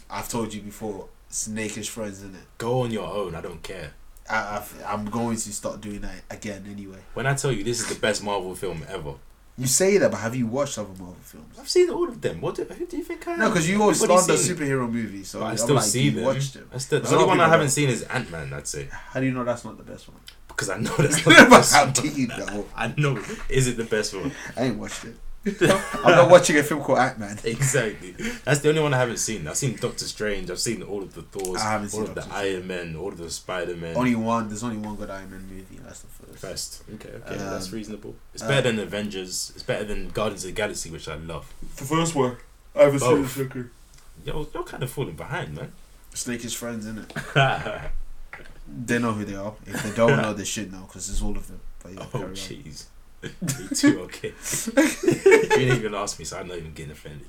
F: I've told you before. Snake is friends, isn't it?
E: Go on your own. I don't care.
F: I, I've, I'm going to start doing that again anyway.
E: When I tell you this is the best Marvel film ever,
F: You say that, but have you watched other Marvel films?
E: I've seen all of them. What do, who do you think I am?
F: No, because you always
E: Everybody's
F: slander
E: seen-
F: superhero movies, so
E: But I
F: I'm
E: still
F: like,
E: see
F: you
E: them.
F: watched them.
E: I still, the
F: There's a
E: only
F: lot of
E: one I
F: people
E: haven't
F: that-
E: seen is Ant Man. I'd say
F: How do you know that's not the best one?
E: because I know that's not the best
F: How
E: one.
F: do you know?
E: I know. Is it the best one?
F: I ain't watched it. I'm not watching a film called Ant Man.
E: Exactly. That's the only one I haven't seen. I've seen Doctor Strange. I've seen all of the Thors.
F: I haven't
E: all
F: seen
E: of the
F: Doctor
E: Iron Man. All of the Spider Man.
F: Only one. There's only one good Iron Man movie. That's the first.
E: First. Okay, okay,
F: Um,
E: that's reasonable. It's
F: uh,
E: better than Avengers. It's better than Guardians of the Galaxy, which I love.
F: The first one. I haven't
E: seen
F: seen it.
E: Yo, you're kind of falling behind, man.
F: Snake is friends, innit?
E: oh,
F: They know who they are. If they don't know, they should know because it's all of them. But yeah, carry on.
E: Oh, jeez. Me too. Okay. you didn't even ask me, so I'm not even getting offended.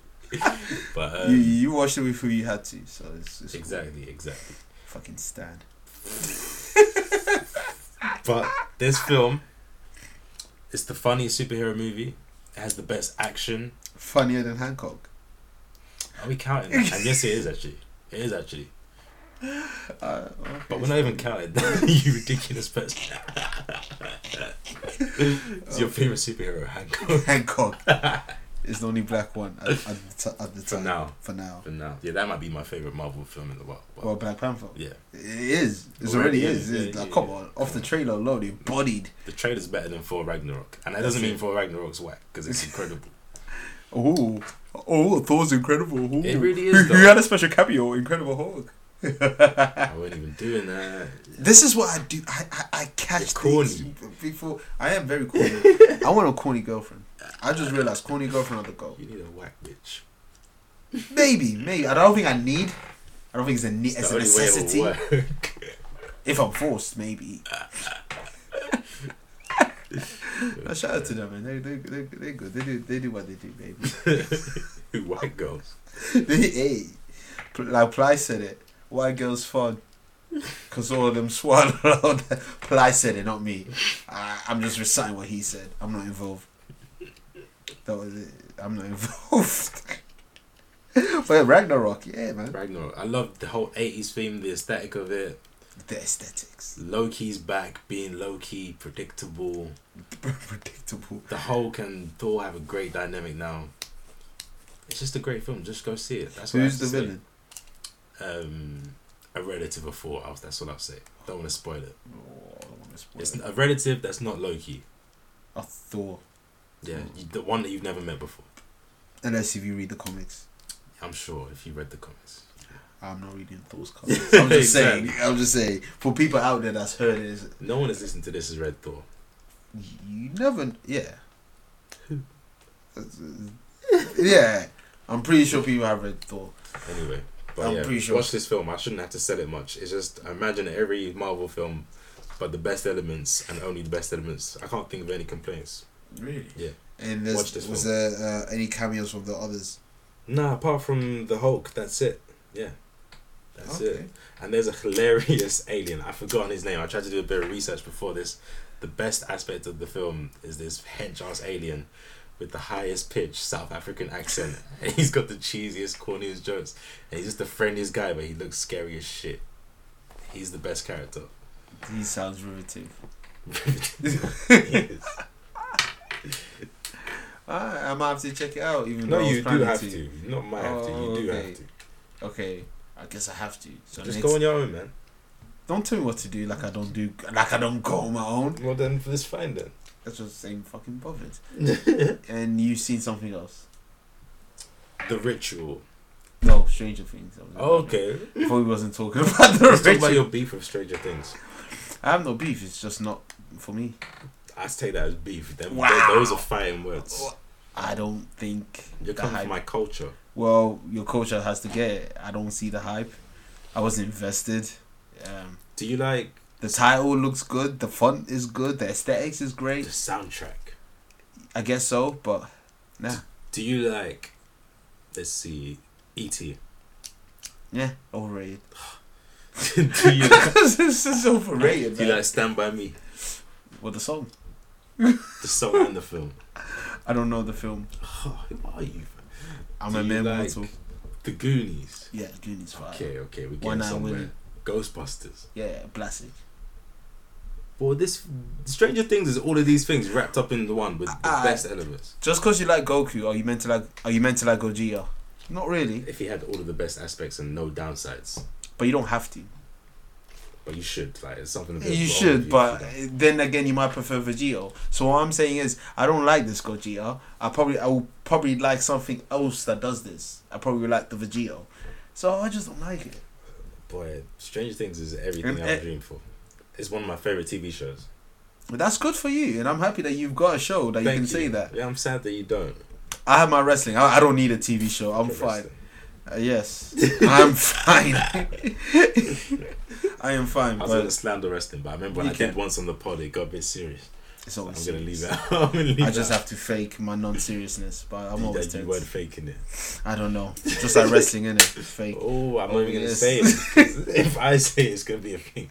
E: But um,
F: you you watched it with who you had to, so it's, it's
E: exactly, exactly.
F: Fucking stand.
E: But this film, it's the funniest superhero movie. It has the best action.
F: Funnier than Hancock.
E: Are we counting? that? And yes, it is actually. It is actually.
F: Uh,
E: But we're not even counting. you ridiculous person. it's your favorite superhero, Hancock.
F: Hancock is the only black one at, at, the, t- at the
E: For
F: time.
E: now.
F: For now.
E: For now, yeah, that might be my favorite Marvel film in the world. But,
F: Well, Black Panther.
E: yeah,
F: It is. It
E: Already
F: already,
E: is,
F: is.
E: yeah,
F: It's like,
E: yeah,
F: come
E: yeah.
F: on. Off the trailer alone, it bodied.
E: the trailer's better than Thor Ragnarok, and that doesn't mean Thor Ragnarok's whack because it's incredible.
F: Oh, oh, Thor's incredible. Ooh.
E: It really is,
F: Who
E: though.
F: had a special cameo? Incredible Hulk.
E: I wasn't even doing that.
F: This is what I do. I I, I catch
E: You're
F: things before. I am very corny. I want a corny girlfriend. I just realized corny girlfriend on the go.
E: You need a whack bitch.
F: Maybe, maybe. I don't think I need. I don't think it's a need.
E: It's
F: It's
E: the
F: a
E: only way
F: necessity.
E: it will work.
F: If I'm forced, maybe. Now, shout out to them, man. They they they they good. They do they do what they do, baby.
E: Who white girls?
F: hey, pl- like Ply said it. White girls fun. Cause all of them swallowed. all that- Ply said it, not me. I, I'm just reciting what he said. I'm not involved. That was it. I'm not involved. but Ragnarok, yeah, man.
E: Ragnarok. I love the whole '80s theme, the aesthetic of it.
F: The aesthetics,
E: Loki's back, being Loki, predictable.
F: predictable.
E: The Hulk and Thor have a great dynamic now. It's just a great film. Just go see it. That's what I have
F: Who's the
E: to say.
F: villain?
E: Um, a relative of Thor. I'll- That's what I'll say. Don't want to spoil it.
F: Oh, I don't wanna spoil
E: It's
F: it.
E: a relative that's not Loki.
F: a Thor.
E: Yeah, you- the one that you've never met before.
F: Unless if you read the comics.
E: I'm sure if you read the comics.
F: I'm not reading Thor's comics. I'm just
E: Exactly.
F: saying. I'm just saying. For people out there that's heard it,
E: No one has listened to this as Red Thor.
F: You never, yeah. yeah, I'm pretty sure people have read Thor.
E: Anyway, But
F: I'm
E: yeah,
F: pretty sure.
E: watch this film. I shouldn't have to sell it much. It's just imagine every Marvel film, but the best elements and only the best elements. I can't think of any complaints.
F: Really?
E: Yeah.
F: And
E: Watch
F: there's,
E: this
F: was
E: one.
F: there uh, any cameos from the others?
E: Nah, apart from the Hulk, that's it. Yeah, that's
F: Okay.
E: it. And there's a hilarious alien. I've forgotten his name. I tried to do a bit of research before this. The best aspect of the film is this hench ass alien with the highest pitch South African accent. and he's got the cheesiest, corniest jokes. And he's just the friendliest guy, but he looks scary as shit. He's the best character.
F: He sounds riveting. I, I might have to check it out. Even
E: no,
F: though I was
E: you do
F: planning
E: have to. You Not might have to.
F: Oh,
E: You do
F: okay.
E: have to.
F: Okay, I guess I have to. So
E: Just
F: next,
E: go on your own, man.
F: don't tell me what to do. Like I don't do. Like I don't go on my own.
E: Well, then for this fine then.
F: That's just saying fucking bothered. and you've seen something else?
E: The ritual.
F: No, Stranger Things. I was-
E: Okay.
F: I Probably wasn't talking about the
E: Let's talk Oh. about
F: original.
E: your beef with Stranger Things.
F: I have no beef. It's just not for me.
E: I take that as beef. Them,
F: Wow.
E: th- those are fighting words.
F: I don't think
E: You're
F: the
E: coming
F: hype-
E: from my culture.
F: well, your culture has to get it. I don't see the hype. I was invested. Um,
E: Do you like
F: the title looks good. The font is good. The aesthetics is
E: the
F: great.
E: soundtrack?
F: I guess so, but nah.
E: Do you like, let's see, E E.T.?
F: Yeah, overrated.
E: do you like,
F: this is overrated,
E: do you like Stand By Me?
F: Well, the song.
E: The song and the film.
F: I don't know the film.
E: Oh, who are you?
F: I'm
E: Do
F: a
E: you
F: man
E: like
F: mortal.
E: The Goonies.
F: Yeah, Goonies fire.
E: Okay, okay, we're
F: One
E: getting
F: Eye
E: somewhere.
F: Willy.
E: Ghostbusters.
F: Yeah, Blastic.
E: Well, this Stranger Things is all of these things wrapped up in the one with the
F: I-
E: best elements.
F: Just cause you like Goku, are you meant to like? Are you meant to like Gogeta? Not really,
E: If he had all of the best aspects and no downsides,
F: but you don't have to.
E: but you should like it's something. a bit
F: You
E: wrong with
F: should,
E: if
F: but
E: you don't.
F: then again, you might prefer Vegito. So what I'm saying is, I don't like this Gogeta. I probably, I will probably like something else that does this. I probably like the Vegito. So I just don't like it.
E: Boy, Stranger Things is everything
F: And
E: I would
F: it-
E: dream for. It's one of my favorite TV shows.
F: But that's good for you, and I'm happy that you've got a show that you can say that.
E: Yeah, I'm sad that you don't.
F: I have my wrestling. I, I don't need a TV show. I'm
E: Okay,
F: fine.
E: listen.
F: Uh, yes, I'm fine. I am fine,
E: I was gonna
F: but
E: slander wrestling, but I remember when
F: You
E: I did
F: can.
E: once on the pod, it got a bit serious.
F: it's always.
E: I'm gonna leave
F: serious.
E: it. out. I'm gonna leave
F: I just
E: it
F: have to fake my non-seriousness, but I'm
E: out.
F: always
E: that you weren't
F: tense.
E: faking it.
F: I don't know. It's Just like wrestling, innit? It's fake.
E: Oh, I'm
F: Oh,
E: not even gonna
F: yes.
E: say it. 'cause if I say it, it's gonna be a thing.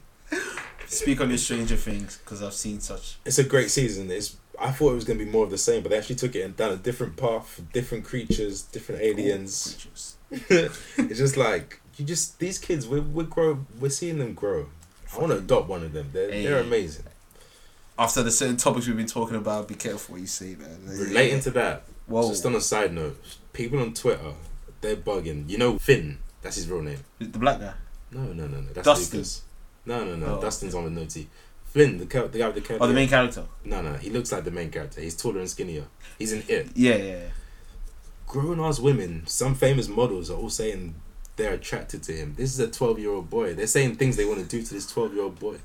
F: Speak on your Stranger Things because I've seen such.
E: It's a great season. It's I thought it was gonna be more of the same, but they actually took it and down a different path, different creatures, different aliens.
F: creatures.
E: it's just like you just these kids. We're we grow. We're seeing them grow. I want to adopt one of them. They're, they're
F: Hey.
E: amazing.
F: After the certain topics we've been talking about, be careful what you say, man.
E: Relating to that,
F: Whoa.
E: just on a side note, people on Twitter, they're bugging. You know Finn, that's his real name.
F: the black guy.
E: No, no, no, no. That's
F: Dustin.
E: Lucas. No, no, no.
F: Oh.
E: Dustin's on with no T. Flynn, the, cow- the guy with the curly.
F: Oh, the
E: hair.
F: main character.
E: No, no. He looks like the main character. He's taller and skinnier. He's in it.
F: Yeah, yeah. yeah.
E: Grown ass women, some famous models are all saying they're attracted to him. This is a twelve year old boy. They're saying things they want to do to this twelve year old boy.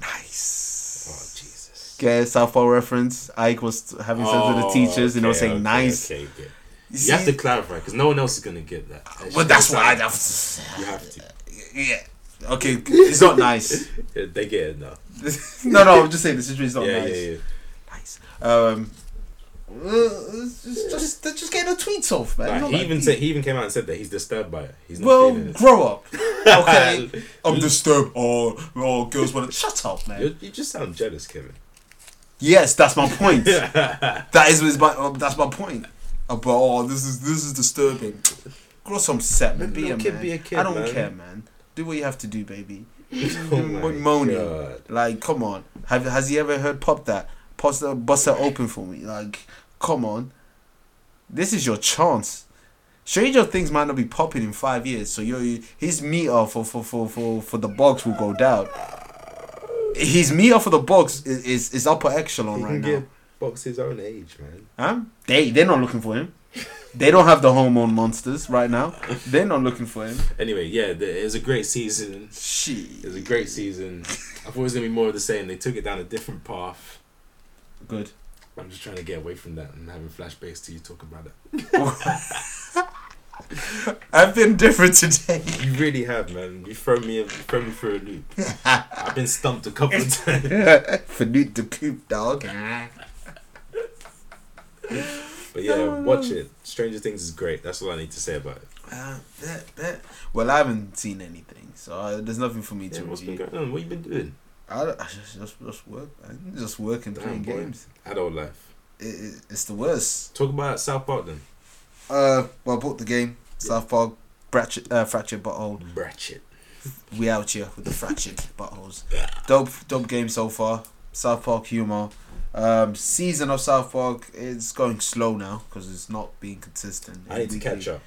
F: Nice.
E: Oh Jesus.
F: Get Southpaw reference. Ike was having sex with the
E: Oh,
F: teachers, you know,
E: okay,
F: saying
E: okay,
F: nice.
E: okay, okay. You,
F: see?
E: have to clarify because no one else is gonna get that.
F: But that's why I
E: have.
F: have to say.
E: You have to.
F: Yeah. Okay, it's not nice.
E: Yeah, They get it now.
F: no, no, I'm just saying the situation's not
E: yeah,
F: nice.
E: yeah, yeah.
F: Nice. Um, uh, it's just, just, they're just getting the tweets off, man.
E: Like,
F: Not
E: he
F: like
E: even
F: me.
E: said he even came out and said that he's disturbed by it. He's not
F: Well,
E: feeling it.
F: grow up. Okay. I'm disturbed. Oh, oh, girls want to. Shut up, man.
E: You, you just sound jealous, Kevin.
F: Yes, that's my point. that is is my um, that's my point. About oh, this is this is disturbing. Grow some set, man.
E: Let
F: Be
E: little
F: a
E: kid
F: man.
E: be a kid,
F: I don't
E: man.
F: care, man. Do what you have to do, baby.
E: Oh my
F: Moaning.
E: God.
F: Like, come on. Have has he ever heard pop that? Bust that, bust that open for me. Like, come on. This is your chance. Stranger Things might not be popping in five years, so your his meter for for, for, for for the box will go down. His meter for the box is is, is upper echelon
E: He
F: right
E: can
F: now.
E: get box his own age, man.
F: Huh? They they're not looking for him. They don't have the hormone monsters right now. They're not looking for him.
E: Anyway, yeah, the, it was a great season. It
F: She
E: was a great season. I thought it was gonna be more of the same. They took it down a different path.
F: good.
E: I'm just trying to get away from that and having flashbacks to you talk about that.
F: I've been different today.
E: You really have, man. You throw me, you throw me for a loop. I've been stumped a couple of times.
F: Finute the coop, dog.
E: But
F: Oh.
E: yeah, watch it. Stranger Things is great. That's all I need to say about it.
F: Uh, bet, bet. Well, I haven't seen anything, so uh, there's nothing for me to
E: Yeah, what's been
F: review.
E: going on? What you been doing?
F: I, don't- I just, just, just work, man. Just working, playing
E: boy.
F: games.
E: Adult life.
F: It, it, it's the worst.
E: Talk about South Park then.
F: Uh, well, I bought the game. South Park, fractured, uh, fractured butthole.
E: Ratchet. Mm.
F: We out here with the fractured buttholes. Dope, dope game so far. South Park humor. Um, season of South Park is going slow now because it's not being consistent.
E: I need to
F: We-
E: catch up.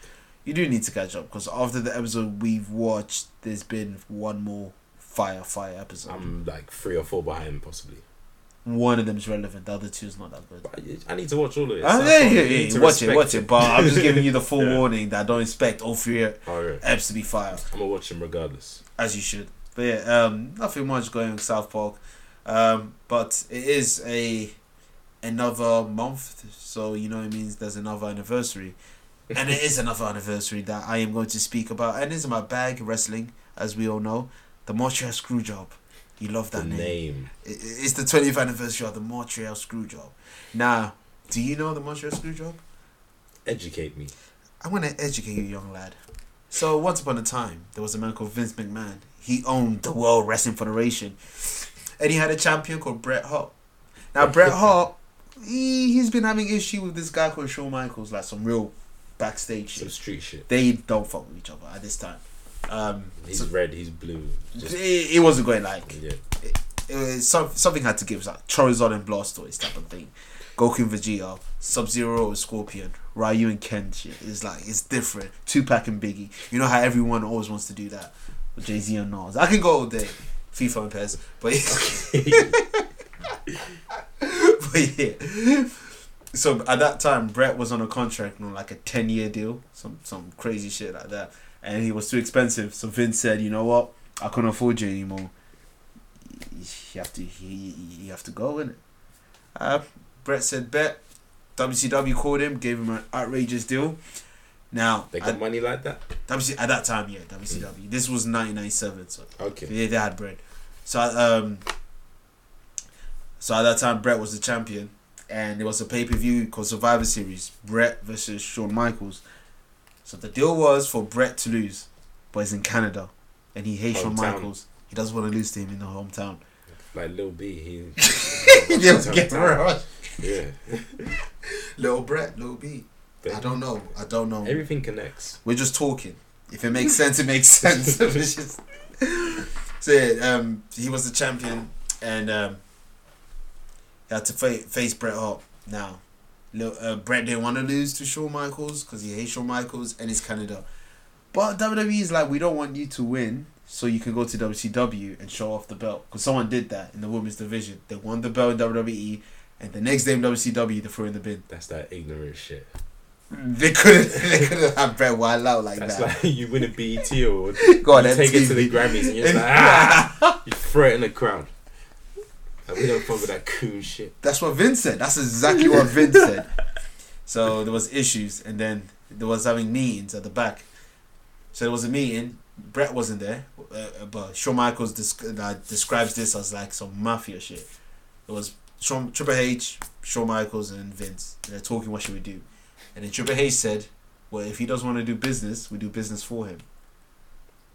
F: You do need to catch up because after the episode we've watched, there's been one more fire fire episode.
E: I'm like three or four behind, possibly.
F: one of them's relevant, the other two's not that good.
E: But I- I need to watch all of it.
F: Ah,
E: South
F: yeah,
E: Park,
F: yeah,
E: you
F: yeah,
E: need to
F: Watch it,
E: respect
F: watch it. But I'm just giving you the full
E: Yeah.
F: warning that I don't expect all three
E: Alright.
F: eps to be fire,
E: Oh, I'm gonna watch him regardless.
F: as you should. But yeah, um, nothing much going on with South Park, um, but it is a another month, so you know it means there's another anniversary, and it is another anniversary that I am going to speak about, and it's in my bag wrestling, as we all know, the Montreal Screwjob. You love
E: The
F: that name.
E: name.
F: I- i- It's the 20th anniversary of the Montreal Screwjob. Now, do you know the Montreal Screwjob?
E: Educate me.
F: I'm going to educate you, young lad. So, once upon a time, there was a man called Vince McMahon. He owned the World Wrestling Federation. And he had a champion called Bret Hart. Now, Bret Hart, he, he's been having issue with this guy called Shawn Michaels, like some real backstage
E: Some
F: shit.
E: street shit.
F: They don't fuck with each other at this time. Um,
E: He's
F: so
E: red, he's blue. Just,
F: it, it wasn't going like
E: yeah.
F: it was uh, some, something had to give. It was like Charizard and Blastoise type of thing. Goku and Vegeta, Sub Zero and Scorpion, Ryu and Ken shit. It's like it's different. Tupac and Biggie. You know how everyone always wants to do that. Jay Z and Nas. I can go all day. FIFA and Pez, but but yeah. So at that time, Brett was on a contract on like a ten year deal, some some crazy shit like that, and he was too expensive. So Vince said, "You know what? I couldn't afford you anymore. You have to you, you have to go in it." Uh, Brett said, "Bet." WCW called him, gave him an outrageous deal. Now,
E: They got
F: at,
E: money like that?
F: WC, at that time, yeah, WCW. This was 1997, so
E: Okay.
F: yeah, they had Brett. So um, so at that time, Brett was the champion, and it was a pay per view called Survivor Series: Brett versus Shawn Michaels. So the deal was for Brett to lose, but he's in Canada, and he hates Shawn
E: Hometown.
F: Michaels. He doesn't want to lose to him in the hometown.
E: Like Lil B, he
F: He didn't get around.
E: Yeah.
F: Little Brett, little B. I don't know. I don't know.
E: Everything connects.
F: We're just talking. If it makes sense, it makes sense. It's just- so yeah, um, he was the champion, and um, he had to fa- face Bret Hart. Now, Lil- uh, Bret didn't want to lose to Shawn Michaels because he hates Shawn Michaels and it's Canada. But WWE is like, we don't want you to win, so you can go to WCW and show off the belt. Because someone did that in the women's division. They won the belt in WWE, and the next day in WCW, they threw in the bin.
E: That's that ignorant shit.
F: They couldn't. They couldn't have Bret wild out like
E: That's like
F: that.
E: you win a BET award,
F: Go on,
E: you take it to
F: MTV.
E: the Grammys, and you're just like, ah, you throw it in the crowd. Like, we don't fuck with that coon shit.
F: That's what Vince said. That's exactly what Vince said. So there was issues, and then there was having meetings at the back. So there was a meeting. Brett wasn't there, uh, but Shawn Michaels desc- uh, describes this as like some mafia shit. It was Shawn, Triple H, Shawn Michaels, and Vince. And they're talking, what should we do? And then Triple H said, well, if he doesn't want to do business, we do business for him.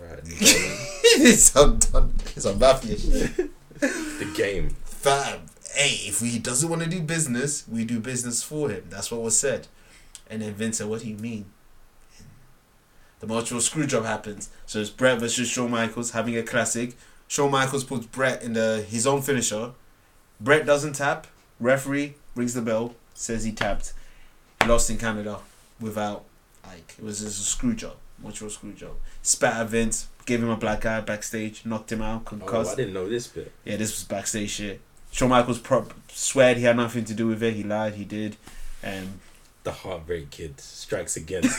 E: Right,
F: it's undone. It's a mafia shit.
E: the game.
F: fam, hey, if he doesn't want to do business, we do business for him. That's what was said. And then Vince said, what do you mean? The Montreal Screwjob happens. So it's Brett versus Shawn Michaels having a classic. Shawn Michaels puts Brett in the his own finisher. Brett doesn't tap. Referee rings the bell, says he tapped. He lost in Canada without like it was just a screw job. Montreal screw job. Spat at Vince, gave him a black eye backstage, knocked him out,
E: Oh,
F: concussed.
E: I didn't know this bit.
F: Yeah, this was backstage shit. Shawn Michaels pro- sweared he had nothing to do with it. He lied. He did. Um, And
E: The Heartbreak Kid strikes again.
F: and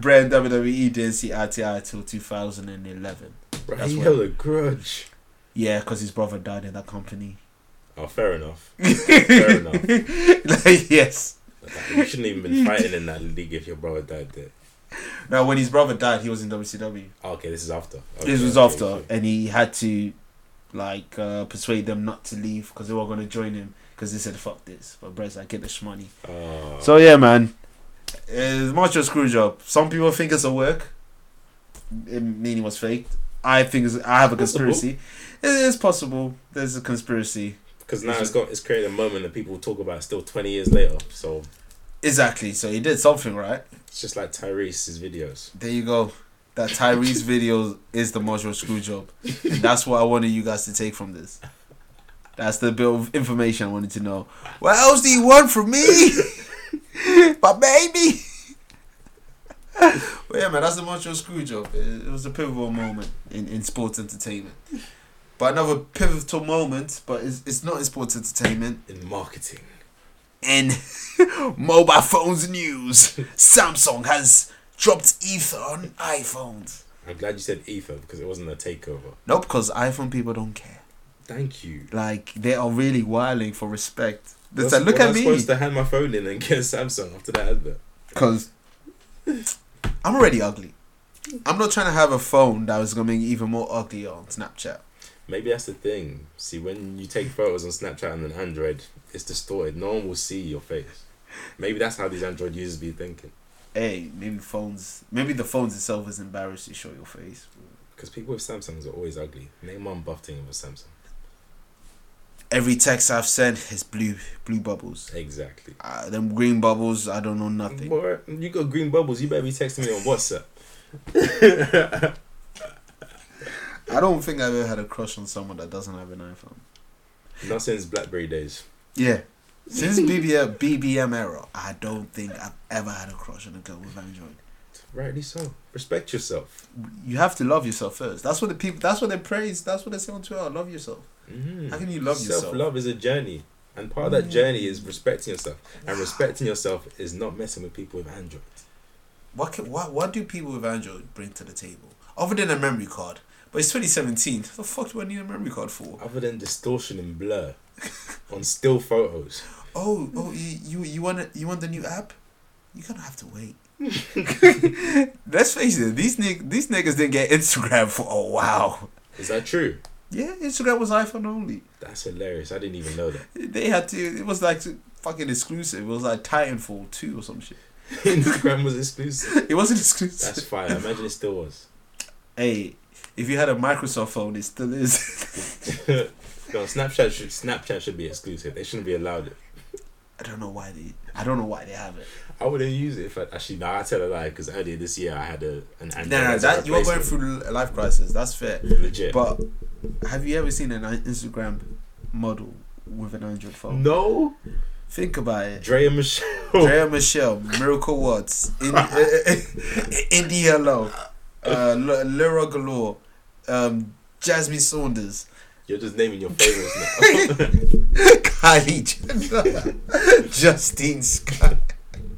F: Brett and WWE E didn't see eye to eye till 2011.
E: Right,
F: That's
E: he
F: what-
E: held a grudge.
F: Yeah, because his brother died in that company.
E: Oh, fair enough. fair enough.
F: like, yes.
E: You shouldn't even been fighting in that league if your brother died there.
F: Now, when his brother died, he was in WCW.
E: Okay, this is after. Okay,
F: This was
E: okay,
F: after,
E: okay.
F: and he had to like uh, persuade them not to leave because they were going to join him because they said fuck this. But Brett's like, get the shmoney.
E: Uh,
F: So yeah, man, it's much a screw job. Some people think it's a work, it meaning it was faked. I think it's, I have a
E: Possible.
F: conspiracy. It is possible. There's a conspiracy.
E: Because now it's got it's created a moment that people talk about still twenty years later. So
F: Exactly. So he did something right.
E: it's just like Tyrese's videos.
F: There you go. That Tyrese video is the Mojo screw job. And that's what I wanted you guys to take from this. That's the bit of information I wanted to know. What else do you want from me? My baby. well, yeah, man, that's the Mojo screw job. It, it was a pivotal moment in, in sports entertainment. But another pivotal moment, but it's, it's not in sports entertainment,
E: In marketing,
F: in mobile phones news. Samsung has dropped Ether on iPhones.
E: I'm glad you said ether because it wasn't a takeover.
F: Nope, because iPhone people don't care.
E: Thank you.
F: Like they are really wiling for respect. They
E: What's-
F: said, "Look
E: what
F: at
E: am I
F: me,"
E: supposed to hand my phone in and get a Samsung after that advert.
F: because I'm already ugly. I'm not trying to have a phone that is going to make me even more ugly on Snapchat.
E: Maybe that's the thing. See, when you take photos on Snapchat and an Android, it's distorted. No one will see your face. Maybe that's how these Android users be thinking.
F: Hey, maybe phones. Maybe the phones itself is embarrassed to show your face.
E: Because people with Samsungs are always ugly. Name one buff thing with a Samsung.
F: Every text I've sent is blue, blue bubbles.
E: Exactly.
F: Uh, them green bubbles, I don't know nothing.
E: Boy, you got green bubbles. You better be texting me on WhatsApp.
F: I don't think I've ever had a crush on someone that doesn't have an iPhone.
E: Not since BlackBerry days.
F: Yeah. Since BBM, BBM era, I don't think I've ever had a crush on a girl with Android.
E: Rightly so. Respect yourself.
F: You have to love yourself first. That's what the people. That's what they praise. That's what they say on Twitter. Love yourself. How can you love
E: Self
F: yourself?
E: love is a journey. And part of that journey is respecting yourself. And respecting yourself is not messing with people with Android.
F: What can, what what do people with Android bring to the table other than a memory card? But it's 2017. What the fuck do I need a memory card for?
E: Other than distortion and blur on still photos.
F: Oh oh you you, you want it- you want the new app? You're gonna have to wait. Let's face it. These nig- these niggas didn't get Instagram for a while.
E: Is that true?
F: Yeah, Instagram was iPhone only.
E: That's hilarious. I didn't even know that.
F: They had to. It was like fucking exclusive. It was like Titanfall two or some shit.
E: Instagram was exclusive.
F: It wasn't exclusive.
E: That's fire. Imagine it still was.
F: hey, if you had a Microsoft phone, it still is.
E: no, Snapchat should Snapchat should be exclusive. They shouldn't be allowed it.
F: I don't know why they. I don't know why they have it.
E: I wouldn't use it if I actually. No, I tell a lie because earlier this year I had a an Android.
F: No, no,
E: as a
F: that you are going
E: replacement.
F: through a life crisis. That's fair.
E: Legit.
F: But have you ever seen an Instagram model with an Android phone?
E: no,
F: Think about it.
E: Oh. Dre and Michelle.
F: Drea Michelle, Miracle Watts, in, uh, Indie Hello, uh, L- Lyra Galore, um, Jasmine Saunders,
E: You're just naming your favorites now.
F: Kylie Jenner, Justine Scott,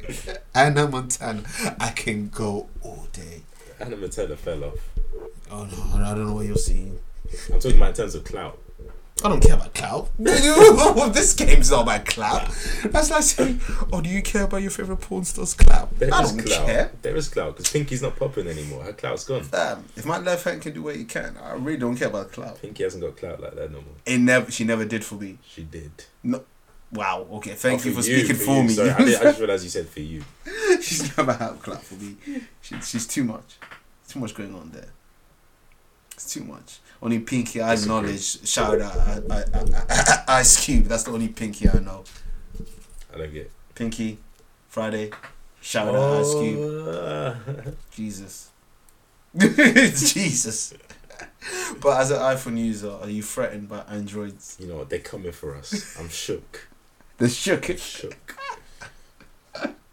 F: Anna Montana. I can go all day.
E: Hannah Montana fell off.
F: Oh no, I don't know what you're seeing.
E: I'm talking about in terms of clout.
F: I don't care about clout. this game's not about clout. That's like saying, "Oh, do you care about your favorite porn star's clout?"
E: There is
F: I don't
E: clout.
F: care.
E: There is clout because Pinky's not popping anymore. Her clout's gone.
F: Damn, if my left hand can do what it can, I really don't care about clout.
E: Pinky hasn't got clout like that no more.
F: It never, she never did for me.
E: She did.
F: No. Wow. Okay. Thank
E: Oh,
F: you for speaking for,
E: you.
F: me.
E: Sorry, I, did, I just realized you said for you.
F: she's never had a clap for me. She, she's too much. Too much going on there. It's too much. Only Pinky I
E: Disagree.
F: acknowledge. Shout out I, I, I, I, Ice Cube. That's the only Pinky I know.
E: I don't get. It.
F: Pinky, Friday. Shout out Ice Cube.
E: Oh.
F: Jesus. Jesus. But as an iPhone user, are you threatened by Androids?
E: You know what? They're coming for us. I'm shook.
F: The shook it.
E: Shook.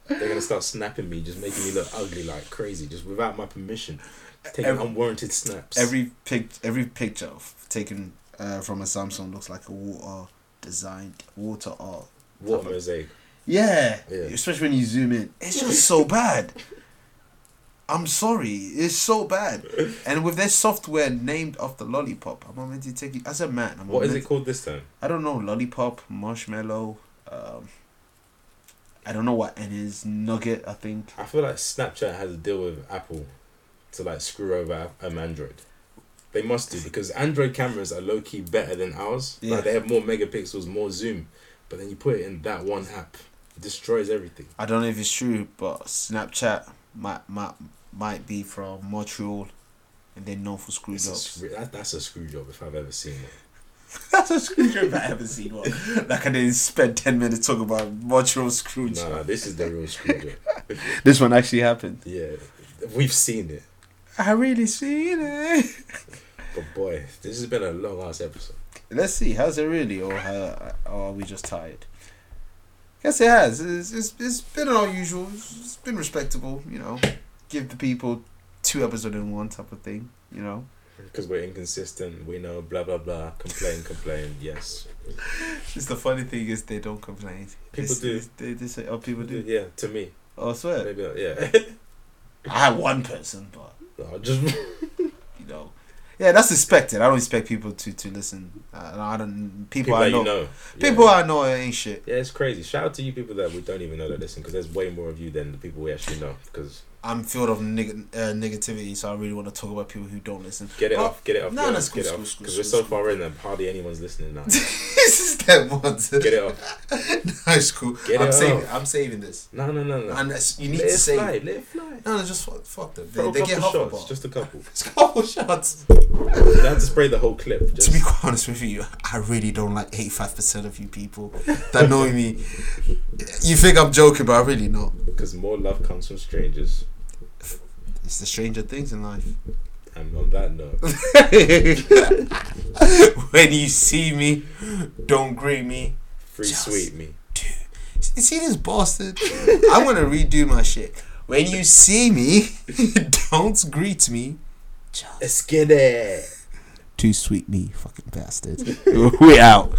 E: They're gonna start snapping me, just making me look ugly like crazy, just without my permission. Taking
F: Every-
E: unwarranted snaps.
F: Every pic, every picture f- taken uh, from a Samsung looks like a water designed water art.
E: what a mosaic.
F: Yeah.
E: Yeah.
F: especially when you zoom in, it's just so bad. I'm sorry, it's so bad. And with their software named after lollipop, I'm not meant to take it as a man. I'm not
E: What is
F: meant-
E: it called this time?
F: I don't know, lollipop, marshmallow, um, I don't know what N is. Nugget, I think.
E: I feel like Snapchat has a deal with Apple to like screw over um, Android. They must do because Android cameras are low key better than ours.
F: Yeah.
E: Like they have more megapixels, more zoom, but then you put it in that one app, it destroys everything.
F: I don't know if it's true, but Snapchat might might might be from Montreal, and they're known for screw
E: It's a
F: jobs.
E: screw- that, that's a screw job if I've ever seen it.
F: That's a screw job I haven't seen one. Like I didn't spend ten minutes talking about Montreal screw
E: No,
F: job.
E: no, this is the real screw job.
F: This one actually happened.
E: Yeah, we've seen it,
F: I really seen it.
E: but boy, this has been a long ass episode.
F: Let's see, has it really, or, ha or are we just tired? Guess it has. It's, it's, it's been an unusual. It's been respectable, you know. Give the people two episodes in one type of thing, you know.
E: Because we're inconsistent, we know, blah blah blah. Complain, complain. Yes,
F: It's the funny thing is they don't complain.
E: People
F: This-
E: do.
F: this- They, they say, oh, people do.
E: yeah. To me,
F: Oh, I swear.
E: maybe yeah.
F: I had one person, but
E: I just
F: you know, yeah, that's expected. I don't expect people to to listen. Uh, I, I don't. People,
E: people
F: I
E: that
F: know.
E: you know. Yeah.
F: People I know ain't shit.
E: Yeah, it's crazy. Shout out to you people that we don't even know that listen, because there's way more of you than the people we actually know. Because
F: I'm filled of neg- uh, negativity, so I really want to talk about people who don't listen. Oh,
E: get it
F: But-
E: off, get it off,
F: No,
E: get, it
F: no,
E: off,
F: school,
E: get it
F: school,
E: off.
F: school,
E: Because we're
F: school,
E: so far in that hardly anyone's listening now.
F: this is that one.
E: get it off.
F: No, it's cool.
E: Get
F: I'm
E: it
F: saving.
E: off.
F: I'm saving this.
E: No, no, no, no.
F: And that's- you need
E: let
F: to
E: it
F: save.
E: fly. Let it fly.
F: No, no, just fuck, fuck them.
E: Throw
F: They,
E: a
F: they
E: couple
F: get half a bar.
E: shots, just a couple.
F: It's a couple shots.
E: They have to spray the whole clip.
F: To
E: Just,
F: be quite honest with you, I really don't like 85% of you people that know me. You think I'm joking, but I really not.
E: because more love comes from strangers.
F: It's the stranger things in life.
E: And on that note,
F: when you see me, don't greet me.
E: free
F: Just-
E: sweet me.
F: You see this bastard? I'm gonna redo my shit. When you see me, don't greet me.
E: Let's get it.
F: Too sweet me, fucking bastard. we out.